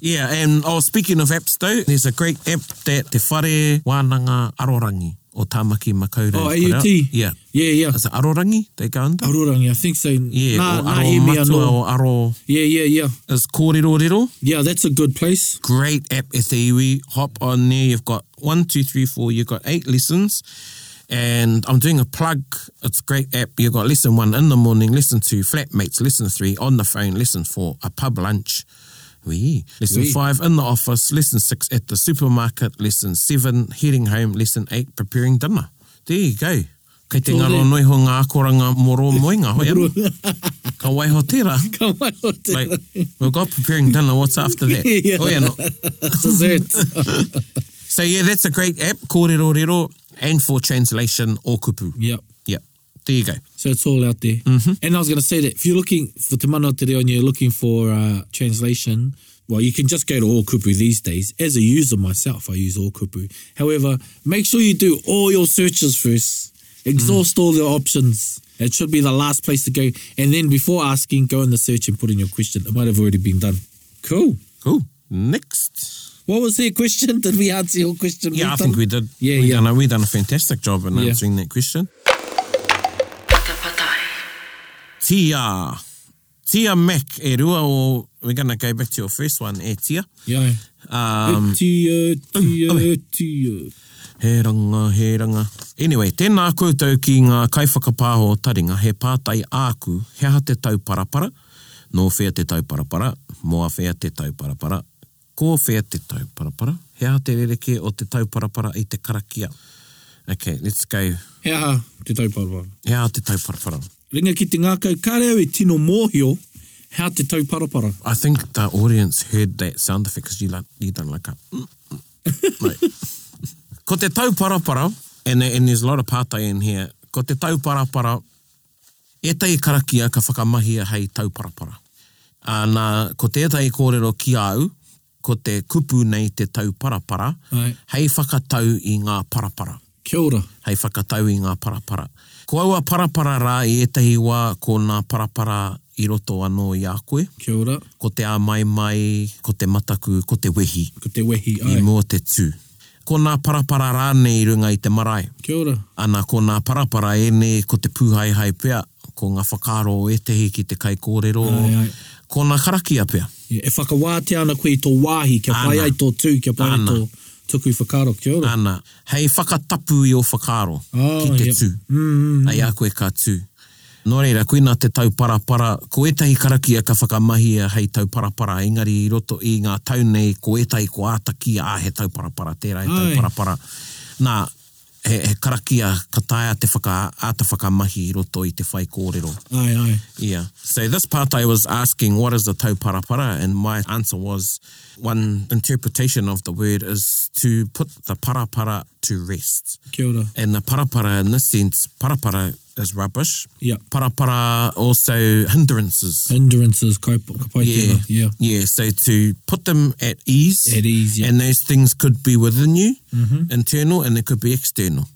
Speaker 1: yeah. And oh, speaking of apps though, there's a great app that Te Whare Wānanga Arorangi or Tamaki Makaurau.
Speaker 2: oh,
Speaker 1: put out.
Speaker 2: AUT.
Speaker 1: Yeah.
Speaker 2: yeah, yeah.
Speaker 1: Is it Arorangi? They go under?
Speaker 2: Arorangi, I think so.
Speaker 1: Yeah,
Speaker 2: nah,
Speaker 1: or
Speaker 2: nah,
Speaker 1: aro
Speaker 2: hear me, I
Speaker 1: matua o
Speaker 2: know.
Speaker 1: aro
Speaker 2: Yeah, yeah, yeah.
Speaker 1: is kōrero rero.
Speaker 2: Yeah, that's a good place.
Speaker 1: Great app e te iwi. Hop on there. You've got one, two, three, four. You've got eight lessons. And I'm doing a plug. It's a great app. You've got lesson one in the morning, lesson two, flatmates, lesson three, on the phone, lesson four, a pub lunch. Wee. Lesson
Speaker 2: Wee.
Speaker 1: five in the office, lesson six at the supermarket, lesson seven, heading home, lesson eight, preparing dinner. There you go. Kei te
Speaker 2: Tō
Speaker 1: ngaro
Speaker 2: reo.
Speaker 1: noi ho ngā koranga moro moinga hoi anō. Ka waiho tērā.
Speaker 2: Come on, what the-
Speaker 1: Like, we've got preparing dinner. What's after that?
Speaker 2: Yeah.
Speaker 1: Oh, yeah, no.
Speaker 2: dessert.
Speaker 1: So, yeah, that's a great app, Kōrero Rero, and for translation or kupu.
Speaker 2: yep.
Speaker 1: Yep. There you go.
Speaker 2: So it's all out there. Mm-hmm. And I was going to say that if you're looking for Te Mana Te Reo and you're looking for uh, translation, well, you can just go to Okupu these days. As a user myself, I use Okupu. However, make sure you do all your searches first. Exhaust
Speaker 1: Mm-hmm.
Speaker 2: all the options. It should be the last place to go. And then before asking, go in the search and put in your question. It might have already been done. Cool.
Speaker 1: Cool. Next.
Speaker 2: What was their question? Did we answer your question?
Speaker 1: Yeah, I
Speaker 2: We've
Speaker 1: think
Speaker 2: done-
Speaker 1: we did.
Speaker 2: Yeah,
Speaker 1: we
Speaker 2: yeah.
Speaker 1: Done a, we done a fantastic job in
Speaker 2: Yeah.
Speaker 1: answering that question.
Speaker 4: Patapatai.
Speaker 1: Tia. Tia Mac, e rua o, we're going to go back to your first one, e Tia.
Speaker 2: Yeah.
Speaker 1: Um, Oh,
Speaker 2: Tia, tia, tia.
Speaker 1: He ranga, he ranga. Anyway, tēnā koutou ki ngā kaiwhakapāho o taringa, he pātai āku, he aha te tau parapara, nō whea te tau parapara, moa whea te tau parapara, ko whea te tau parapara, he aha te rereke o te tau parapara i te karakia. Okay, let's go.
Speaker 2: He aha, te tauparawa.
Speaker 1: He aha te tau parapara.
Speaker 2: Ringa ki te ngākau kāreo e tino mōhio, hea te tauparapara.
Speaker 1: I think the audience heard that sound effect because you, like, you don't like a... Mm, mm, mm. Like, ko te tau parapara, and, and there's a lot of pātai in here, Ko te tauparapara, ētai karakia ka whakamahia hei tauparapara. Ānā, ko tētai kōrero ki au, ko te kupu nei te tauparapara,
Speaker 2: Ai.
Speaker 1: hei whakatau i ngā parapara
Speaker 2: Kia ora.
Speaker 1: hei whakatau i ngā parapara. Ko aua parapara rā i etahi wā ko ngā parapara i roto anō i a koe,
Speaker 2: Kia ora.
Speaker 1: ko te a mai mai, ko te mataku, ko te wehi,
Speaker 2: Ko te wehi.
Speaker 1: i
Speaker 2: Ai.
Speaker 1: mō te tū. Ko ngā parapara rā nei i runga i te marae.
Speaker 2: Kia ora.
Speaker 1: Ana ko ngā parapara e nei ko te pūhaihai pea, ko ngā whakaro o etehi ki te kaikōrero,
Speaker 2: Ai, ai.
Speaker 1: ko ngā karakia pea.
Speaker 2: Yeah, e whakawā te ana koe i tō wāhi, kia
Speaker 1: Ana.
Speaker 2: pai ai tō tū, kia pai ai
Speaker 1: Ana.
Speaker 2: tō tuku i whakaro. Kia ora.
Speaker 1: Ana, hei whakatapu i o whakaro
Speaker 2: Ah,
Speaker 1: ki te
Speaker 2: yep.
Speaker 1: tū. Mm, mm, Ai a koe ka tū. Nō reira, koe nā te tau parapara, ko etahi karakia ka whakamahia hei tau parapara, engari i roto i ngā tau nei, ko etahi ko ātakia a he tau parapara, tērā he
Speaker 2: Ai.
Speaker 1: tau parapara. Nā, he, he karakia ka taea te whaka, āta whakamahi i roto i te whai kōrero.
Speaker 2: Ai, ai.
Speaker 1: Yeah. So this part I was asking, what is the tauparapara? And my answer was, one interpretation of the word is to put the parapara to rest.
Speaker 2: Kia ora.
Speaker 1: And the parapara in this sense, parapara is rubbish.
Speaker 2: Yeah.
Speaker 1: Parapara also hindrances.
Speaker 2: Hindrances, kai, ka pai
Speaker 1: Yeah.
Speaker 2: tēnā. Yeah.
Speaker 1: Yeah. So to put them at ease.
Speaker 2: At ease, yeah.
Speaker 1: And
Speaker 2: Mm-hmm.
Speaker 1: those things could be within you, internal, and they could be external.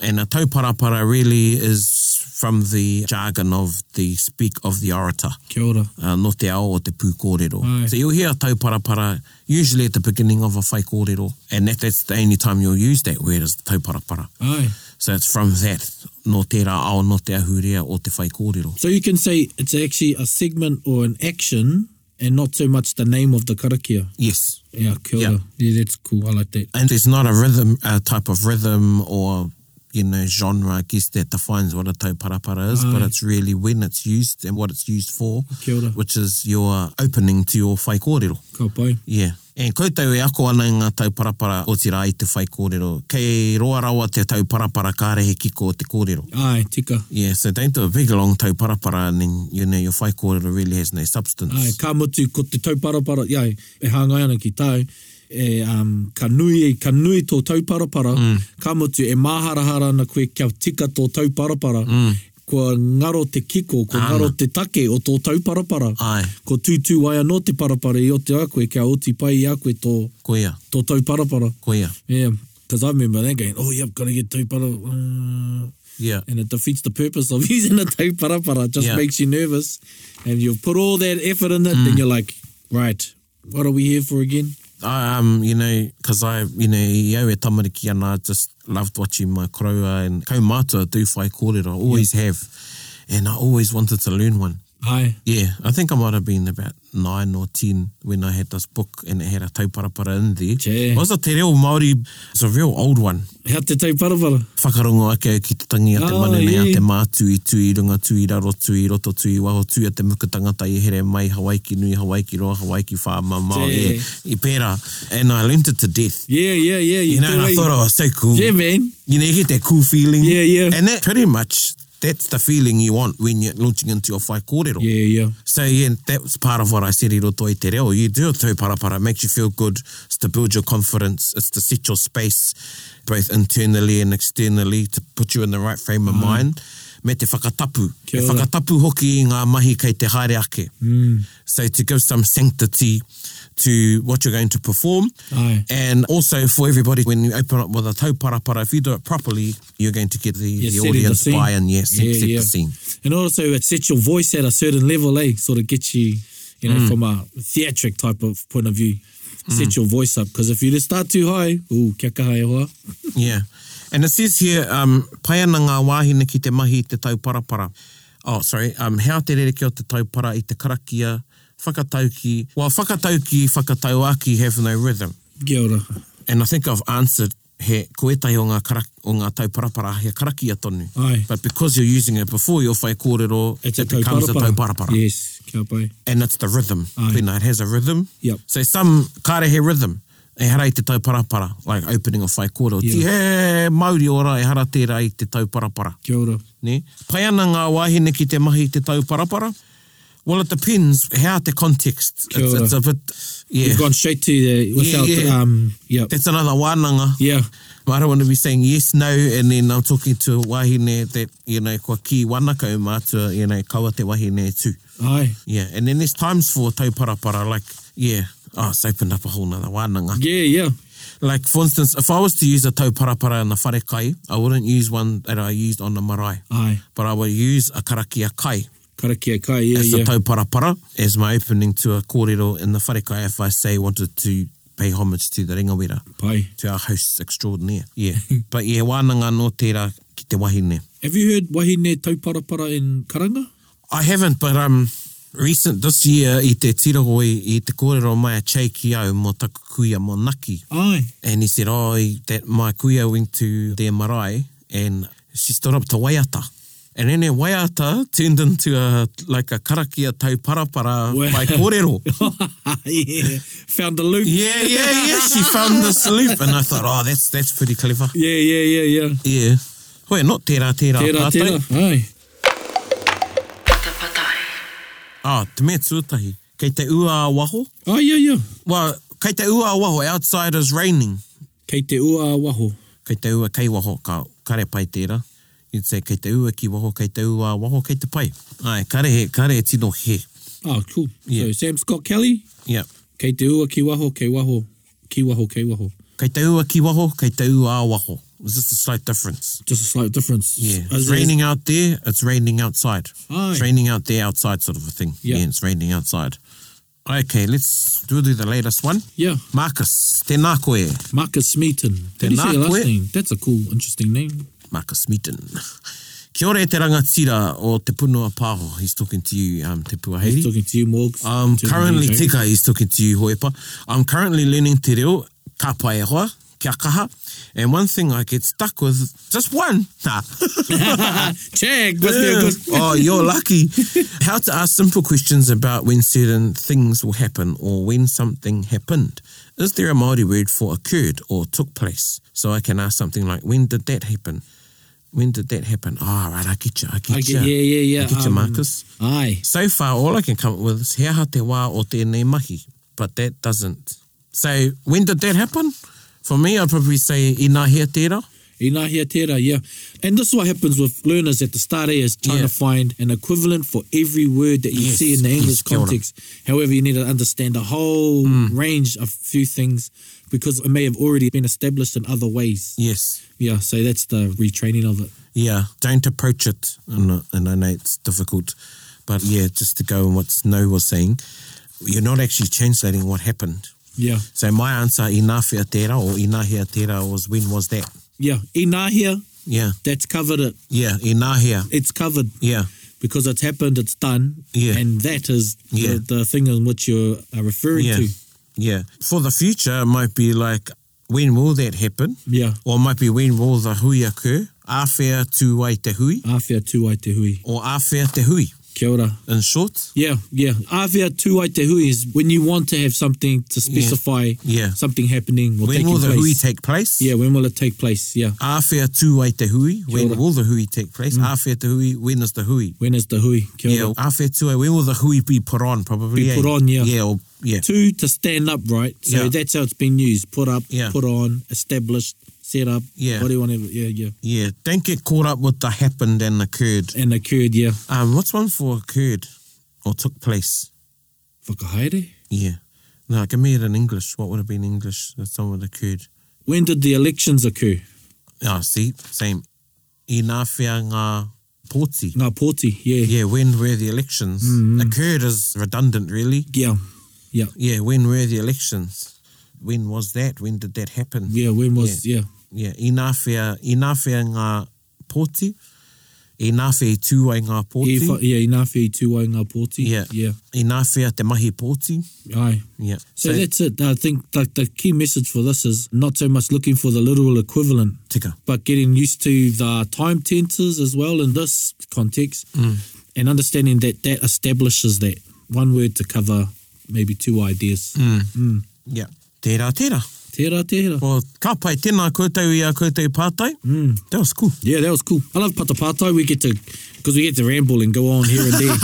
Speaker 1: And a tauparapara really is from the jargon of the speak of the orator.
Speaker 2: Kia ora.
Speaker 1: Uh, no te ao o te pū kōrero.
Speaker 2: Aye.
Speaker 1: So you'll hear tauparapara usually at the beginning of a whai kōrero, and that, that's the only time you'll use that word is tauparapara.
Speaker 2: Ai.
Speaker 1: So it's from that, no te rā ao, no te ahurea o te whai kōrero.
Speaker 2: So you can say it's actually a segment or an action and not so much the name of the karakia.
Speaker 1: Yes.
Speaker 2: Yeah, kia ora.
Speaker 1: Yeah.
Speaker 2: Yeah. yeah, that's cool. I like that.
Speaker 1: and there's not a rhythm, a type of rhythm or you know genre, I guess that defines what a tauparapara is, but
Speaker 2: Aye.
Speaker 1: it's really when it's used and what it's used for,
Speaker 2: Kia ora.
Speaker 1: which is your opening to your whai kōrero.
Speaker 2: Ka pai.
Speaker 1: Yeah. E koutou e ako ana i ngā tauparapara o tira i te whai kōrero. Kei roa rawa te tauparapara kārehe kiko o te kōrero.
Speaker 2: Ai, tika.
Speaker 1: Yeah, so don't do a big long tauparapara and then, you know, your whai kōrero really has no
Speaker 2: Ai,
Speaker 1: substance.
Speaker 2: ka mutu ko te tauparapara, ia, e hāngai ana ki tau, e um, ka nui, e, ka nui tō tauparapara, mm. ka mutu e māharahara ana koe kia tika tō tauparapara, mm. Ah. kua ngaro te kiko, kua ngaro te take o tō tauparapara,
Speaker 1: Ai.
Speaker 2: ko tūtū wai anō te parapara i o te a koe, kia oti pai i a koe tō,
Speaker 1: Ko ia,
Speaker 2: tō tauparapara.
Speaker 1: ko ia.
Speaker 2: Yeah, because I remember that going, oh, yep, gotta get tauparapara. Uh,
Speaker 1: Yeah.
Speaker 2: and it defeats the purpose of using a tauparapara. It just
Speaker 1: Yeah.
Speaker 2: makes you nervous. And you've put all that effort in it,
Speaker 1: Mm.
Speaker 2: then you're like, right, what are we here for again?
Speaker 1: I um, you know, because I, you know, i au e tamariki ana, I just loved watching my koroa and kaumātua do whai kōrero, I always have. And I always wanted to learn one.
Speaker 2: Aye.
Speaker 1: Yeah, I think I might have been about nine or ten when I had this book and it had a tauparapara in there.
Speaker 2: Che.
Speaker 1: It was a te reo Māori, it's a real old one.
Speaker 2: Hea te tauparapara.
Speaker 1: Whakarongo ake au ki te tangi a te
Speaker 2: Ah,
Speaker 1: manene, a
Speaker 2: yeah.
Speaker 1: te mātui, tui, runga tui, raro tui, roto tui, waho tui, a te mukatangata i here mai, Hawaii ki nui, Hawaii ki roa, Hawaii ki wha, ma mau,
Speaker 2: Che.
Speaker 1: e, i pērā. And I learnt it to death.
Speaker 2: Yeah, yeah, yeah.
Speaker 1: You know, and I
Speaker 2: do,
Speaker 1: thought
Speaker 2: eh?
Speaker 1: I was so cool.
Speaker 2: Yeah, man.
Speaker 1: You know, you get that cool feeling.
Speaker 2: Yeah, yeah.
Speaker 1: And that pretty much, that's the feeling you want when you're launching into your whai kōrero.
Speaker 2: Yeah, yeah.
Speaker 1: So yeah, that was part of what I said, i roto i te reo. You do a tauparapara, it makes you feel good. It's to build your confidence. It's to set your space, both internally and externally, to put you in the right frame of mind. Me te whakatapu.
Speaker 2: Mm. Kia
Speaker 1: e
Speaker 2: ora. Mm.
Speaker 1: whakatapu hoki i ngā mahi kei te haere ake. So to give some sanctity to what you're going to perform.
Speaker 2: Aye.
Speaker 1: And also for everybody, when you open up with a tauparapara, if you do it properly, you're going to get the, the
Speaker 2: setting
Speaker 1: audience
Speaker 2: scene.
Speaker 1: buy-in. Yes, set, set the scene.
Speaker 2: And also, it sets your voice at a certain level, eh? Sort of gets you, you
Speaker 1: Mm.
Speaker 2: know, from a theatric type of point of view. Set your voice up because if you just start too high, ooh, kia kaha e hoa.
Speaker 1: Yeah. And it says here, um, pai ana ngā wāhine ki te mahi i te tauparapara. Oh, sorry. Um, hea te rere ki o te taupara i te karakia, whakatauki. Well, whakatauki, whakatauaki have no rhythm.
Speaker 2: Kia ora.
Speaker 1: And I think I've answered he koetahi o ngā, karak, o ngā tauparapara, he karakia tonu.
Speaker 2: Aye.
Speaker 1: But because you're using it before your whai kōrero,
Speaker 2: It's
Speaker 1: it
Speaker 2: a
Speaker 1: becomes a
Speaker 2: tauparapara.
Speaker 1: tauparapara.
Speaker 2: Yes, kia pai.
Speaker 1: And it's the rhythm.
Speaker 2: Aye.
Speaker 1: Pena, it has a rhythm.
Speaker 2: Yep.
Speaker 1: So some karehe rhythm. E hara i te tauparapara, like opening of whai kōrero. Yeah. Ti he mauri ora e hara tērā i te tauparapara.
Speaker 2: Kia ora.
Speaker 1: Ne? Pai ana ngā wāhine ki te mahi i te tauparapara? Well, it depends how the context.
Speaker 2: Kia
Speaker 1: It's,
Speaker 2: ora.
Speaker 1: it's a bit, yeah.
Speaker 2: You've gone straight to the without
Speaker 1: yeah.
Speaker 2: um yeah
Speaker 1: That's another wānanga.
Speaker 2: yeah
Speaker 1: I don't want to be saying yes, no, and then I'm talking to wahine that, you know, kua ki wanakau mātua, e you know, kawa te wahine too.
Speaker 2: Ai.
Speaker 1: Yeah, and then there's times for tauparapara, like, yeah, oh, it's opened up a whole nother wānanga.
Speaker 2: Yeah, yeah.
Speaker 1: Like, for instance, if I was to use a tauparapara in the wharekai, I wouldn't use one that I used on the marae,
Speaker 2: Ai.
Speaker 1: but I would use a karakia kai
Speaker 2: Karakia kai, yeah,
Speaker 1: as
Speaker 2: yeah.
Speaker 1: the tauparapara as my opening to a kōrero in the wharekai if I say wanted to pay homage to the ringawera,
Speaker 2: Pai.
Speaker 1: to our hosts extraordinaire. Yeah, but yeah, wānanga nō tērā ki te wahine.
Speaker 2: Have you heard wahine tauparapara in Karanga?
Speaker 1: I haven't, but um, recent this year i te tiraho i, i te kōrero mai a Che Ki Au mō taku kuia mō Naki.
Speaker 2: Ai.
Speaker 1: And he said, oh, he- that my kuia went to their marae and she stood up to waiata. And then their waiata turned into a, like a karakia tauparapara
Speaker 2: Wow.
Speaker 1: by kōrero.
Speaker 2: yeah. Found the loop.
Speaker 1: yeah, yeah, yeah. She found this loop and I thought, oh, that's that's pretty clever.
Speaker 2: Yeah, yeah, yeah, yeah.
Speaker 1: Yeah. Hoi, not tērā tērā.
Speaker 2: Tērā,
Speaker 1: tātou.
Speaker 2: tērā. Ai.
Speaker 4: Patapatai.
Speaker 1: Ah, te mea tuatahi. Kei te ua a waho,
Speaker 2: Ai, yeah, yeah.
Speaker 1: Well, kei te ua a waho, outside is raining.
Speaker 2: Kei te ua a waho.
Speaker 1: Kei te ua kei waho, ka kare pai tērā. You'd say kei te ua ki waho, kei te ua a waho, kei te pai. Ai, kare he, kare e tino he.
Speaker 2: Oh, cool.
Speaker 1: Yeah.
Speaker 2: So Sam Scott Kelly,
Speaker 1: Yeah.
Speaker 2: kei te ua ki waho, kei waho, ki waho, kei waho.
Speaker 1: Kei te ua ki waho, kei te ua a waho. It's just a slight difference.
Speaker 2: Just a slight difference.
Speaker 1: Yeah.
Speaker 2: As
Speaker 1: It's raining out there, it's raining outside.
Speaker 2: Aye.
Speaker 1: It's raining out there, outside sort of a thing.
Speaker 2: Yeah.
Speaker 1: Yeah, it's raining outside. Okay, let's do the the latest one.
Speaker 2: Yeah.
Speaker 1: Marcus, tēnā koe.
Speaker 2: Marcus Smeaton. How do you say your
Speaker 1: Tēnā koe.
Speaker 2: last name? That's a cool, interesting name.
Speaker 1: Marcus Meaton. Kia ora e te rangatira o te punua pāho. He's talking to you, um, te puaheiri.
Speaker 2: He's talking to you, Morgs.
Speaker 1: Um,
Speaker 2: To
Speaker 1: currently,
Speaker 2: me, Jay.
Speaker 1: tika is talking to you, Hoepa. I'm currently learning te reo, ka pai e hoa, kia kaha, and one thing I get stuck with, just one, nah.
Speaker 2: Check. Must be a good.
Speaker 1: oh, you're lucky. How to ask simple questions about when certain things will happen or when something happened. Is there a Māori word for occurred or took place? So I can ask something like, when did that happen? When did that happen? Oh, right, I get you, I get,
Speaker 2: I get-
Speaker 1: you.
Speaker 2: yeah, yeah, yeah,
Speaker 1: I get you,
Speaker 2: um,
Speaker 1: Marcus.
Speaker 2: Aye.
Speaker 1: So far, all I can come up with is hea ha te wā o tēnei mahi, but that doesn't. So, when did that happen? For me, I'd probably say i nā hea tērā.
Speaker 2: Ina hea tērā, yeah. And this is what happens with learners at the start eh, is trying
Speaker 1: Yeah.
Speaker 2: to find an equivalent for every word that you
Speaker 1: Yes,
Speaker 2: see in the
Speaker 1: yes,
Speaker 2: English
Speaker 1: kia ora. Hmm.
Speaker 2: context. However, you need to understand a whole range of few things because it may have already been established in other ways.
Speaker 1: Yes.
Speaker 2: Yeah, so that's the retraining of it.
Speaker 1: Yeah, don't approach it. And, I- and I know it's difficult, but yeah, just to go on what Snow was saying, you're not actually translating what happened.
Speaker 2: Yeah.
Speaker 1: So, my answer, i nā whea tērā or i nā hea tērā, was when was that?
Speaker 2: Yeah. Ina hea,
Speaker 1: Yeah,
Speaker 2: that's covered it.
Speaker 1: yeah, i nā hea.
Speaker 2: It's covered
Speaker 1: Yeah,
Speaker 2: because it's happened, it's done.
Speaker 1: Yeah.
Speaker 2: And that is
Speaker 1: Yeah.
Speaker 2: the, the thing in which you're uh, referring
Speaker 1: yeah,
Speaker 2: to.
Speaker 1: yeah. For the future, it might be like, when will that happen?
Speaker 2: Yeah.
Speaker 1: Or it might be when will the hui occur? A whea tu wai te hui?
Speaker 2: Awhia tūai te hui.
Speaker 1: Or a whea te hui?
Speaker 2: Kia ora.
Speaker 1: In short,
Speaker 2: Yeah, yeah. Avia tuai te hui is when you want to have something to specify
Speaker 1: Yeah.
Speaker 2: something happening or
Speaker 1: when
Speaker 2: taking
Speaker 1: will the
Speaker 2: place.
Speaker 1: hui take place?
Speaker 2: yeah, when will it take place? Yeah.
Speaker 1: A whea tu wai te hui? When
Speaker 2: ora.
Speaker 1: will the hui take place? A whea te hui? When is the hui?
Speaker 2: When is the hui? Kia
Speaker 1: Yeah,
Speaker 2: ora.
Speaker 1: a whea tu wai, when will the hui be put on? Probably.
Speaker 2: Be
Speaker 1: eh?
Speaker 2: put on, yeah.
Speaker 1: Yeah, or, yeah.
Speaker 2: Two to stand up, right? So
Speaker 1: Yeah.
Speaker 2: that's how it's been used. Put up,
Speaker 1: Yeah.
Speaker 2: put on, established, set up.
Speaker 1: Yeah.
Speaker 2: What do you want to yeah, yeah.
Speaker 1: Yeah, don't get caught up with the happened and occurred.
Speaker 2: And occurred, yeah.
Speaker 1: Um, what's one for occurred or took place?
Speaker 2: Whakahaere?
Speaker 1: Yeah. No, give me it in English. What would have been English if someone occurred?
Speaker 2: When did the elections occur?
Speaker 1: Ah, see, same. I nā whea ngā pōti.
Speaker 2: Ngā Pōti, yeah.
Speaker 1: Yeah, when were the elections?
Speaker 2: Mm-hmm.
Speaker 1: Occurred is redundant, really.
Speaker 2: Yeah. Yeah.
Speaker 1: Yeah, when were the elections? When was that? When did that happen?
Speaker 2: Yeah, when was, yeah.
Speaker 1: Yeah, i nā whea, i nā whea ngā pōti. I nā whea i tūai ngā
Speaker 2: E wha-
Speaker 1: pōti.
Speaker 2: yeah, i nā whii tūai ngā Pōti.
Speaker 1: Yeah.
Speaker 2: oh Yeah.
Speaker 1: I nā whea te mahi pōti.
Speaker 2: Aye.
Speaker 1: Yeah.
Speaker 2: So, that's it. I think the, the key message for this is not so much looking for the literal equivalent,
Speaker 1: tika.
Speaker 2: but getting used to the time tenses as well in this context and understanding that that establishes that one word to cover maybe two ideas.
Speaker 1: Mm,
Speaker 2: Hmm.
Speaker 1: Yeah. Tērā, tērā.
Speaker 2: Tērā, tērā.
Speaker 1: Well, ka pai tēnā koutou i a koutou pātai. Mm. That was cool.
Speaker 2: Hmm. Yeah, that was cool. I love Patapata. We get to, because we get to ramble and go on here and there.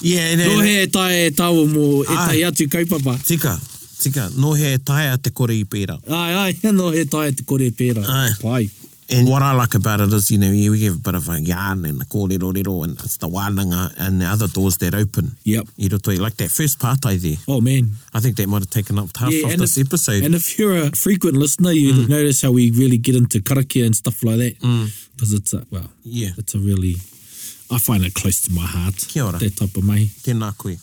Speaker 1: Yeah, and
Speaker 2: Nō
Speaker 1: then,
Speaker 2: he e tae e tāua mō e
Speaker 1: Ai.
Speaker 2: tae atu kaupapa.
Speaker 1: tika. Tika, no he taia te kore i pērā.
Speaker 2: Ai, ai, no he tae te kore pērā.
Speaker 1: Ai.
Speaker 2: Pai.
Speaker 1: And what I like about it is, you know, yeah, we have a bit of a yarn and a kōrero rero and it's the wānanga and the other doors that open.
Speaker 2: Yep.
Speaker 1: You know, like that first part I there.
Speaker 2: Oh, man.
Speaker 1: I think that might have taken up half of
Speaker 2: and
Speaker 1: this
Speaker 2: if,
Speaker 1: episode. Mm.
Speaker 2: And if you're a frequent listener, you notice how we really get into karakia and stuff like that. Because it's a, well,
Speaker 1: Yeah.
Speaker 2: it's a really, I find it close to my heart.
Speaker 1: Kia ora.
Speaker 2: That type of mahi.
Speaker 1: Tēnā koe.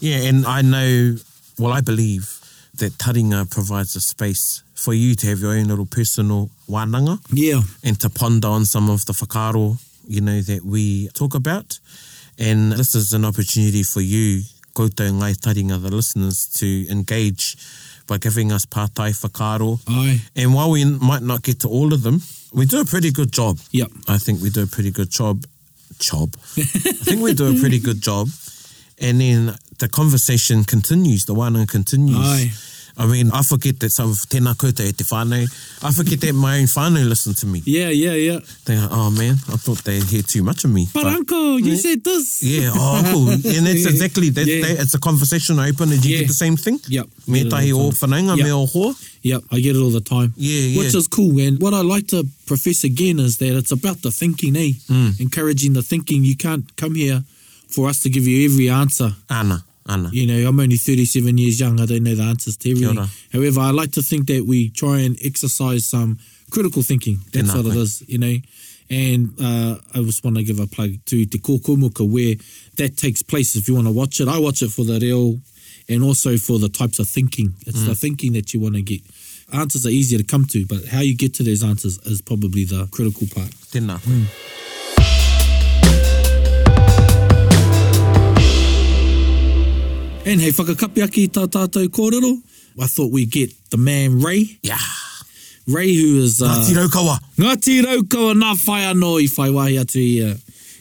Speaker 1: Yeah, and I know, well, I believe that taringa provides a space for you to have your own little personal wānanga
Speaker 2: Yeah.
Speaker 1: and to ponder on some of the whakaro, you know, that we talk about. And this is an opportunity for you, koutou ngai taringa, the listeners, to engage by giving us pātai whakaro.
Speaker 2: Aye.
Speaker 1: And while we might not get to all of them, we do a pretty good job.
Speaker 2: Yep.
Speaker 1: I think we do a pretty good job. Job. I think we do a pretty good job. And then the conversation continues, the one continues.
Speaker 2: Aye.
Speaker 1: I mean, I forget that some of tēnā koutou e te whānau. I forget that my own whānau listen to me.
Speaker 2: Yeah, yeah, yeah.
Speaker 1: They go, oh man, I thought they hear too much of me.
Speaker 2: But, uncle, you said this.
Speaker 1: Mm. yeah, oh, cool. And it's exactly that.
Speaker 2: Yeah.
Speaker 1: that- it's a conversation open and you
Speaker 2: Yeah.
Speaker 1: get the same thing.
Speaker 2: Yep.
Speaker 1: Me tahi o whanaunga, me
Speaker 2: Yep.
Speaker 1: o hoa.
Speaker 2: Yep, I get it all the time.
Speaker 1: Yeah,
Speaker 2: Which
Speaker 1: yeah.
Speaker 2: is cool. And what I like to profess again is that it's about the thinking, eh?
Speaker 1: Hmm.
Speaker 2: Encouraging the thinking. You can't come here for us to give you every answer.
Speaker 1: Ana, ana.
Speaker 2: You know, I'm only 37 years young. I don't know the answers to everything.
Speaker 1: ora.
Speaker 2: However, I like to think that we try and exercise some critical thinking. That's
Speaker 1: Tēnā
Speaker 2: what it
Speaker 1: koe.
Speaker 2: is, you know. And uh, I just want to give a plug to Te Kōkumuka where that takes place. If you want to watch it, I watch it for the reo and also for the types of thinking. It's the thinking that you want to get. Answers are easier to come to, but how you get to those answers is probably the critical part.
Speaker 1: Tēnā.
Speaker 2: Hmm. And hey, whakakapiaki tā tātou kōrero. I thought we'd get the man Ray.
Speaker 1: Yeah.
Speaker 2: Ray who is... Uh,
Speaker 1: Ngāti raukawa.
Speaker 2: Ngāti raukaua nā whai anō i whai wahi atu i, uh,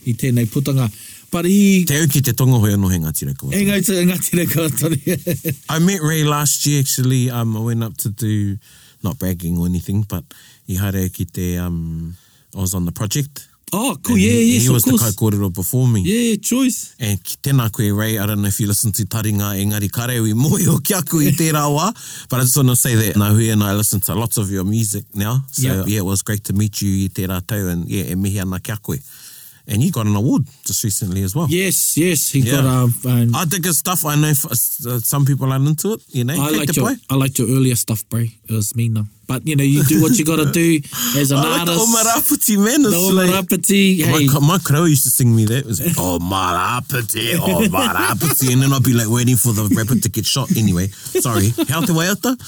Speaker 2: i tēnei putanga. But he...
Speaker 1: Te au ki te tonga hoi anō he ngāti raukawa.
Speaker 2: Engau te ngāti raukaua tōne.
Speaker 1: I met Ray last year actually. Um, I went up to do, not bragging or anything, but i haere ki te, um, I was on the project.
Speaker 2: oh, cool.
Speaker 1: And
Speaker 2: Yeah,
Speaker 1: he,
Speaker 2: yes,
Speaker 1: he
Speaker 2: of
Speaker 1: was the
Speaker 2: course.
Speaker 1: kaikōrero before me.
Speaker 2: Yeah, choice.
Speaker 1: And ki tēnā koe, Ray, I don't know if you listen to Taringa Engari Karewi Moe o kia koe i tērā wā, but I just want to say that Nahui and I listen to lots of your music now. So
Speaker 2: Yeah.
Speaker 1: yeah, it was great to meet you i tērā tau and yeah, e mihi ana kia koe. And you got an award just recently as well.
Speaker 2: Yes, yes. He
Speaker 1: Yeah.
Speaker 2: got... Um, um, I,
Speaker 1: I dig his stuff. I know f- uh, some people aren't into it, you know. Take
Speaker 2: liked
Speaker 1: the
Speaker 2: your,
Speaker 1: boy.
Speaker 2: I liked your earlier stuff, bro. It was mean though. But, you know, you do what you got to do as an
Speaker 1: I like the
Speaker 2: artist.
Speaker 1: Omaraputi, man.
Speaker 2: The
Speaker 1: It's like,
Speaker 2: omarapiti. Hey,
Speaker 1: my, co- my crow used to sing me that. It was like, Omarapiti, Omarapiti. and then I'd be like waiting for the rapper to get shot anyway. Sorry. How te waiata?
Speaker 2: and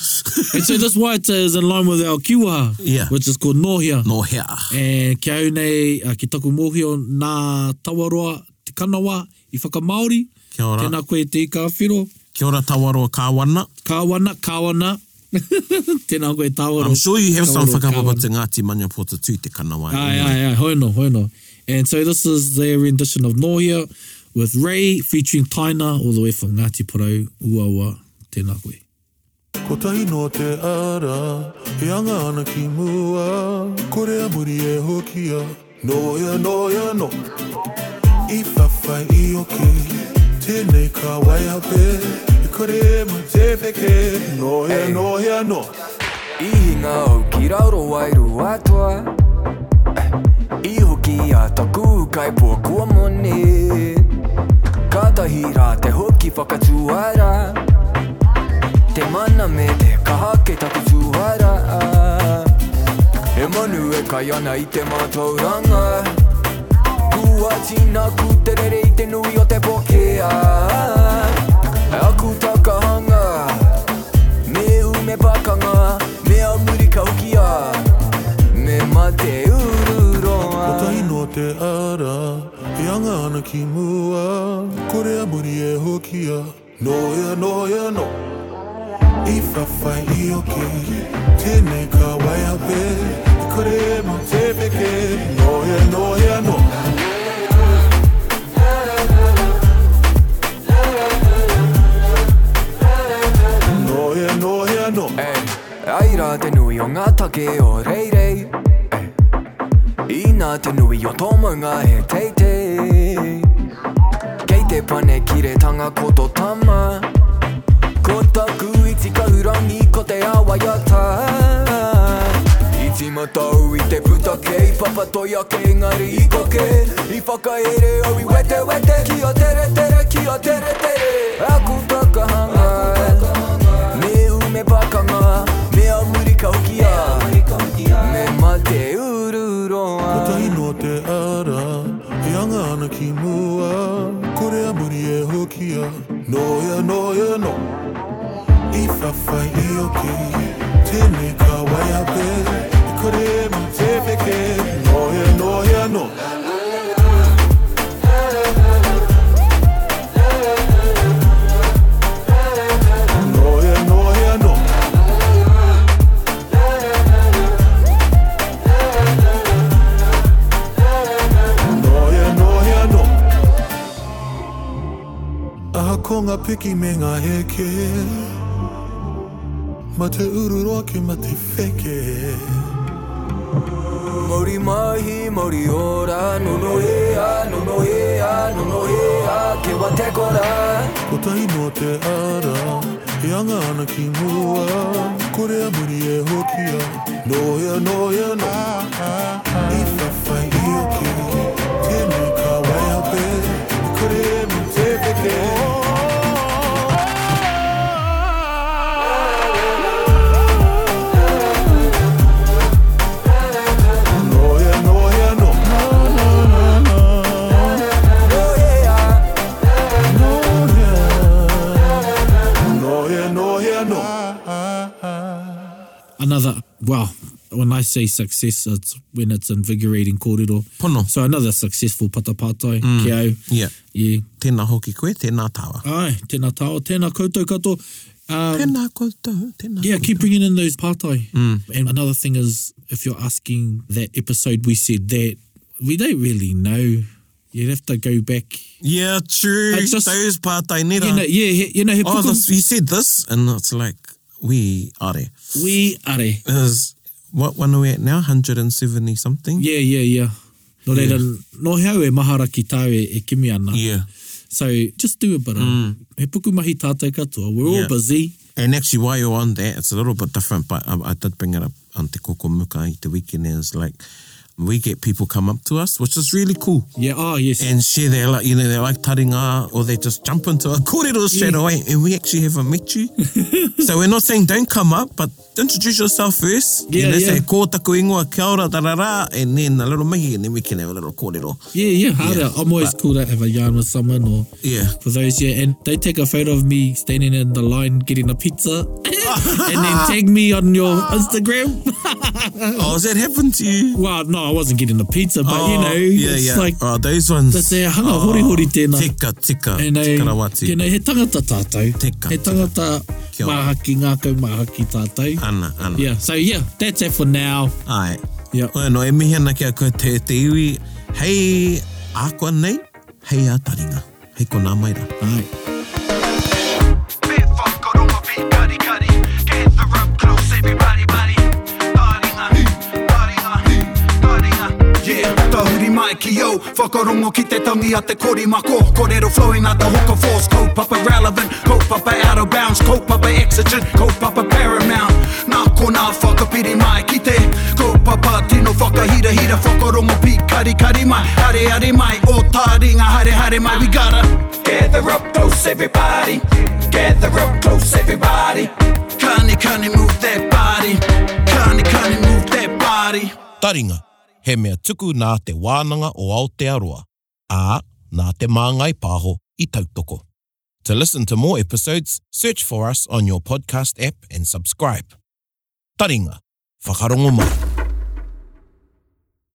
Speaker 2: so this white is in line with our kiwaha,
Speaker 1: Yeah.
Speaker 2: which is called Nohia.
Speaker 1: No hea.
Speaker 2: And E, kia au nei, uh, ki taku mōhio nā tawaroa te kanawa i whakamaori.
Speaker 1: Kia ora.
Speaker 2: Tēnā koe te kāwhiro.
Speaker 1: Kia ora tawaro kāwana.
Speaker 2: Kāwana, kāwana. Tēnā koe tāwaro.
Speaker 1: I'm sure you have some
Speaker 2: Tāwaro,
Speaker 1: whakapapa
Speaker 2: Oh, kāwana.
Speaker 1: to Ngāti Maniapota too, te kanawa.
Speaker 2: Ai, ai, ai, hoino, hoino. And so this is their rendition of Nohia with Ray featuring Taina all the way from Ngāti Porau, Uaua, tēnā koe.
Speaker 4: Ko tahi no te ara, he anga ana ki mua, kore a muri e hokia, noia noia no. I whawhai i oke, tēnei ka waihape, e kore e mu te peke, noia noia no.
Speaker 5: I hinga au ki rauro wairu atua I hoki a taku kai pō kua mone Kātahi rā te hoki whakatuara Te mana me te kaha ke taku tuara E manu e kai ana i te mātou ranga Kua tina ku te rere i te nui o te pokea E aku takahanga Me u me pakanga, me au muri kaukia Me mate
Speaker 4: Ko
Speaker 5: ururoa
Speaker 4: tahi no te ara, he anga ana ki mua, kore a muri e hokia, noia noia no. I whawhai i oke, tēnei ka waihape, e kore e mu te peke, noia noia no. Noia noia no.
Speaker 5: Ei, ai rā Eh, te nui o ngā take o reirei Ei, I nā te nui o tōmaunga he teitei Kei te pane ki re tanga ko tō tama Ko taku i tika te awa ia tā I tima tau i te puta kei Papatoia ke engari i koke I whakaere au i wete wete Kia tere tere, kia tere tere Aku takahanga Me u me pakanga Me amuri ka hokia Me mate
Speaker 4: Ko
Speaker 5: ururoa
Speaker 4: tahi no te ara E anga ana ki mua Kore a muri e hokia Noia, noia, no I whawhai i oki Tēnei ka wai a pē E kore e mu te wheke Noia, noia, no Noia, noia, no Noia, noia, no Aha ko ngā piki me ngā heke Ma te ururoa ki ma te wheke
Speaker 5: Mauri mahi, mauri ora Nono ea, nono ea, nono ea Ke wa te kora
Speaker 4: Ko tahi no te ara E anga ana ki mua Kore a muri e hokia Noia, noia, no I whawhai i o ki Tēnei ka wai a pē Kore e mu te wheke Noia, noia, no Noia, noia, no
Speaker 2: Another, wow, when I say success, it's when it's invigorating kōrero.
Speaker 1: Pono.
Speaker 2: So another successful patapātai, mm. kia au.
Speaker 1: Yeah.
Speaker 2: Yeah.
Speaker 1: Tēnā hoki koe, tēnā tawa.
Speaker 2: Ai, tēnā tāo, tēnā koutou kato. Um,
Speaker 1: Tēnā koutou, tēnā
Speaker 2: Yeah, keep bringing in those partai. Mm. And another thing is, if you're asking that episode, we said that we don't really know. You'd have to go back.
Speaker 1: Yeah, true.
Speaker 2: I just-
Speaker 1: Those pātai nera.
Speaker 2: You know, yeah, he- you know, he
Speaker 1: oh,
Speaker 2: pukum-
Speaker 1: this, you said this, and it's like, we are. It
Speaker 2: we are. Yeah,
Speaker 1: is, what one are we at now? 170 something?
Speaker 2: yeah, yeah. No reira, no hau e mahara ki tāu e, e kimi ana.
Speaker 1: Yeah. Mm.
Speaker 2: So just do a bit of, he puku mahi tātou katoa. We're all
Speaker 1: Yeah.
Speaker 2: busy.
Speaker 1: And actually, while you're on that, it's a little bit different, but I, I did bring it up on Te Koko Muka i te weekend. Is like, we get people come up to us, which is really cool.
Speaker 2: Yeah, oh, yes.
Speaker 1: And share their, like, you know, they like taringa or they just jump into a kōrero straight
Speaker 2: Yeah.
Speaker 1: away and we actually haven't met you. so we're not saying don't come up, but introduce yourself first.
Speaker 2: Yeah,
Speaker 1: you know,
Speaker 2: yeah.
Speaker 1: say ko taku ingoa, kia ora, da, da, da, and then a little mihi and then we can have a little kōrero.
Speaker 2: Yeah, yeah, harder.
Speaker 1: Yeah,
Speaker 2: I'm always cool to have a yarn with someone or
Speaker 1: Yeah.
Speaker 2: for those yeah, and they take a photo of me standing in the line getting a pizza and then tag me on your Instagram.
Speaker 1: Oh, has that happened to you?
Speaker 2: well, no, I wasn't getting a pizza, Mm-hmm. but you
Speaker 1: Oh,
Speaker 2: know,
Speaker 1: yeah,
Speaker 2: it's
Speaker 1: yeah.
Speaker 2: like
Speaker 1: oh, those ones. Oh,
Speaker 2: that's a hanga hori hori tēnā.
Speaker 1: Tika, tika,
Speaker 2: And
Speaker 1: and
Speaker 2: they,
Speaker 1: tika rawati.
Speaker 2: you know, he tangata tātou.
Speaker 1: Tika,
Speaker 2: He tangata
Speaker 1: Kia ora. Ah.
Speaker 2: mahaki ngākau mahaki tātou.
Speaker 1: Ana, ana.
Speaker 2: yeah, so yeah, that's it for now.
Speaker 1: Ai.
Speaker 2: Yeah.
Speaker 1: Oe no, e mihi ana kia koe te te iwi. Hei, a koa nei, hei a taringa. Hei ko nā mai rā.
Speaker 2: All right.
Speaker 3: Bit whakaronga pīkari kari. Gather up close everybody buddy. Taringa, taringa, taringa. Yeah, tahuri mai ki au Whakarongo ki te tangi a te kori mako Kōrero flowing a te hoka force Kaupapa relevant, kaupapa out of bounds Kaupapa exigent, kaupapa paramount Nā ko nā whakapiri mai ki te Kaupapa tino whakahira hira Whakarongo pīkari kari mai Hare hare mai, o tā ringa hare hare mai We gotta Gather up close everybody Gather up close everybody Kani kani move that body Kani kani move that body
Speaker 1: Taringa, he mea tuku nā te wānanga o Aotearoa, ā nā te māngai pāho i tautoko. To listen to more episodes, search for us on your podcast app and subscribe. Taringa, whakarongo mai.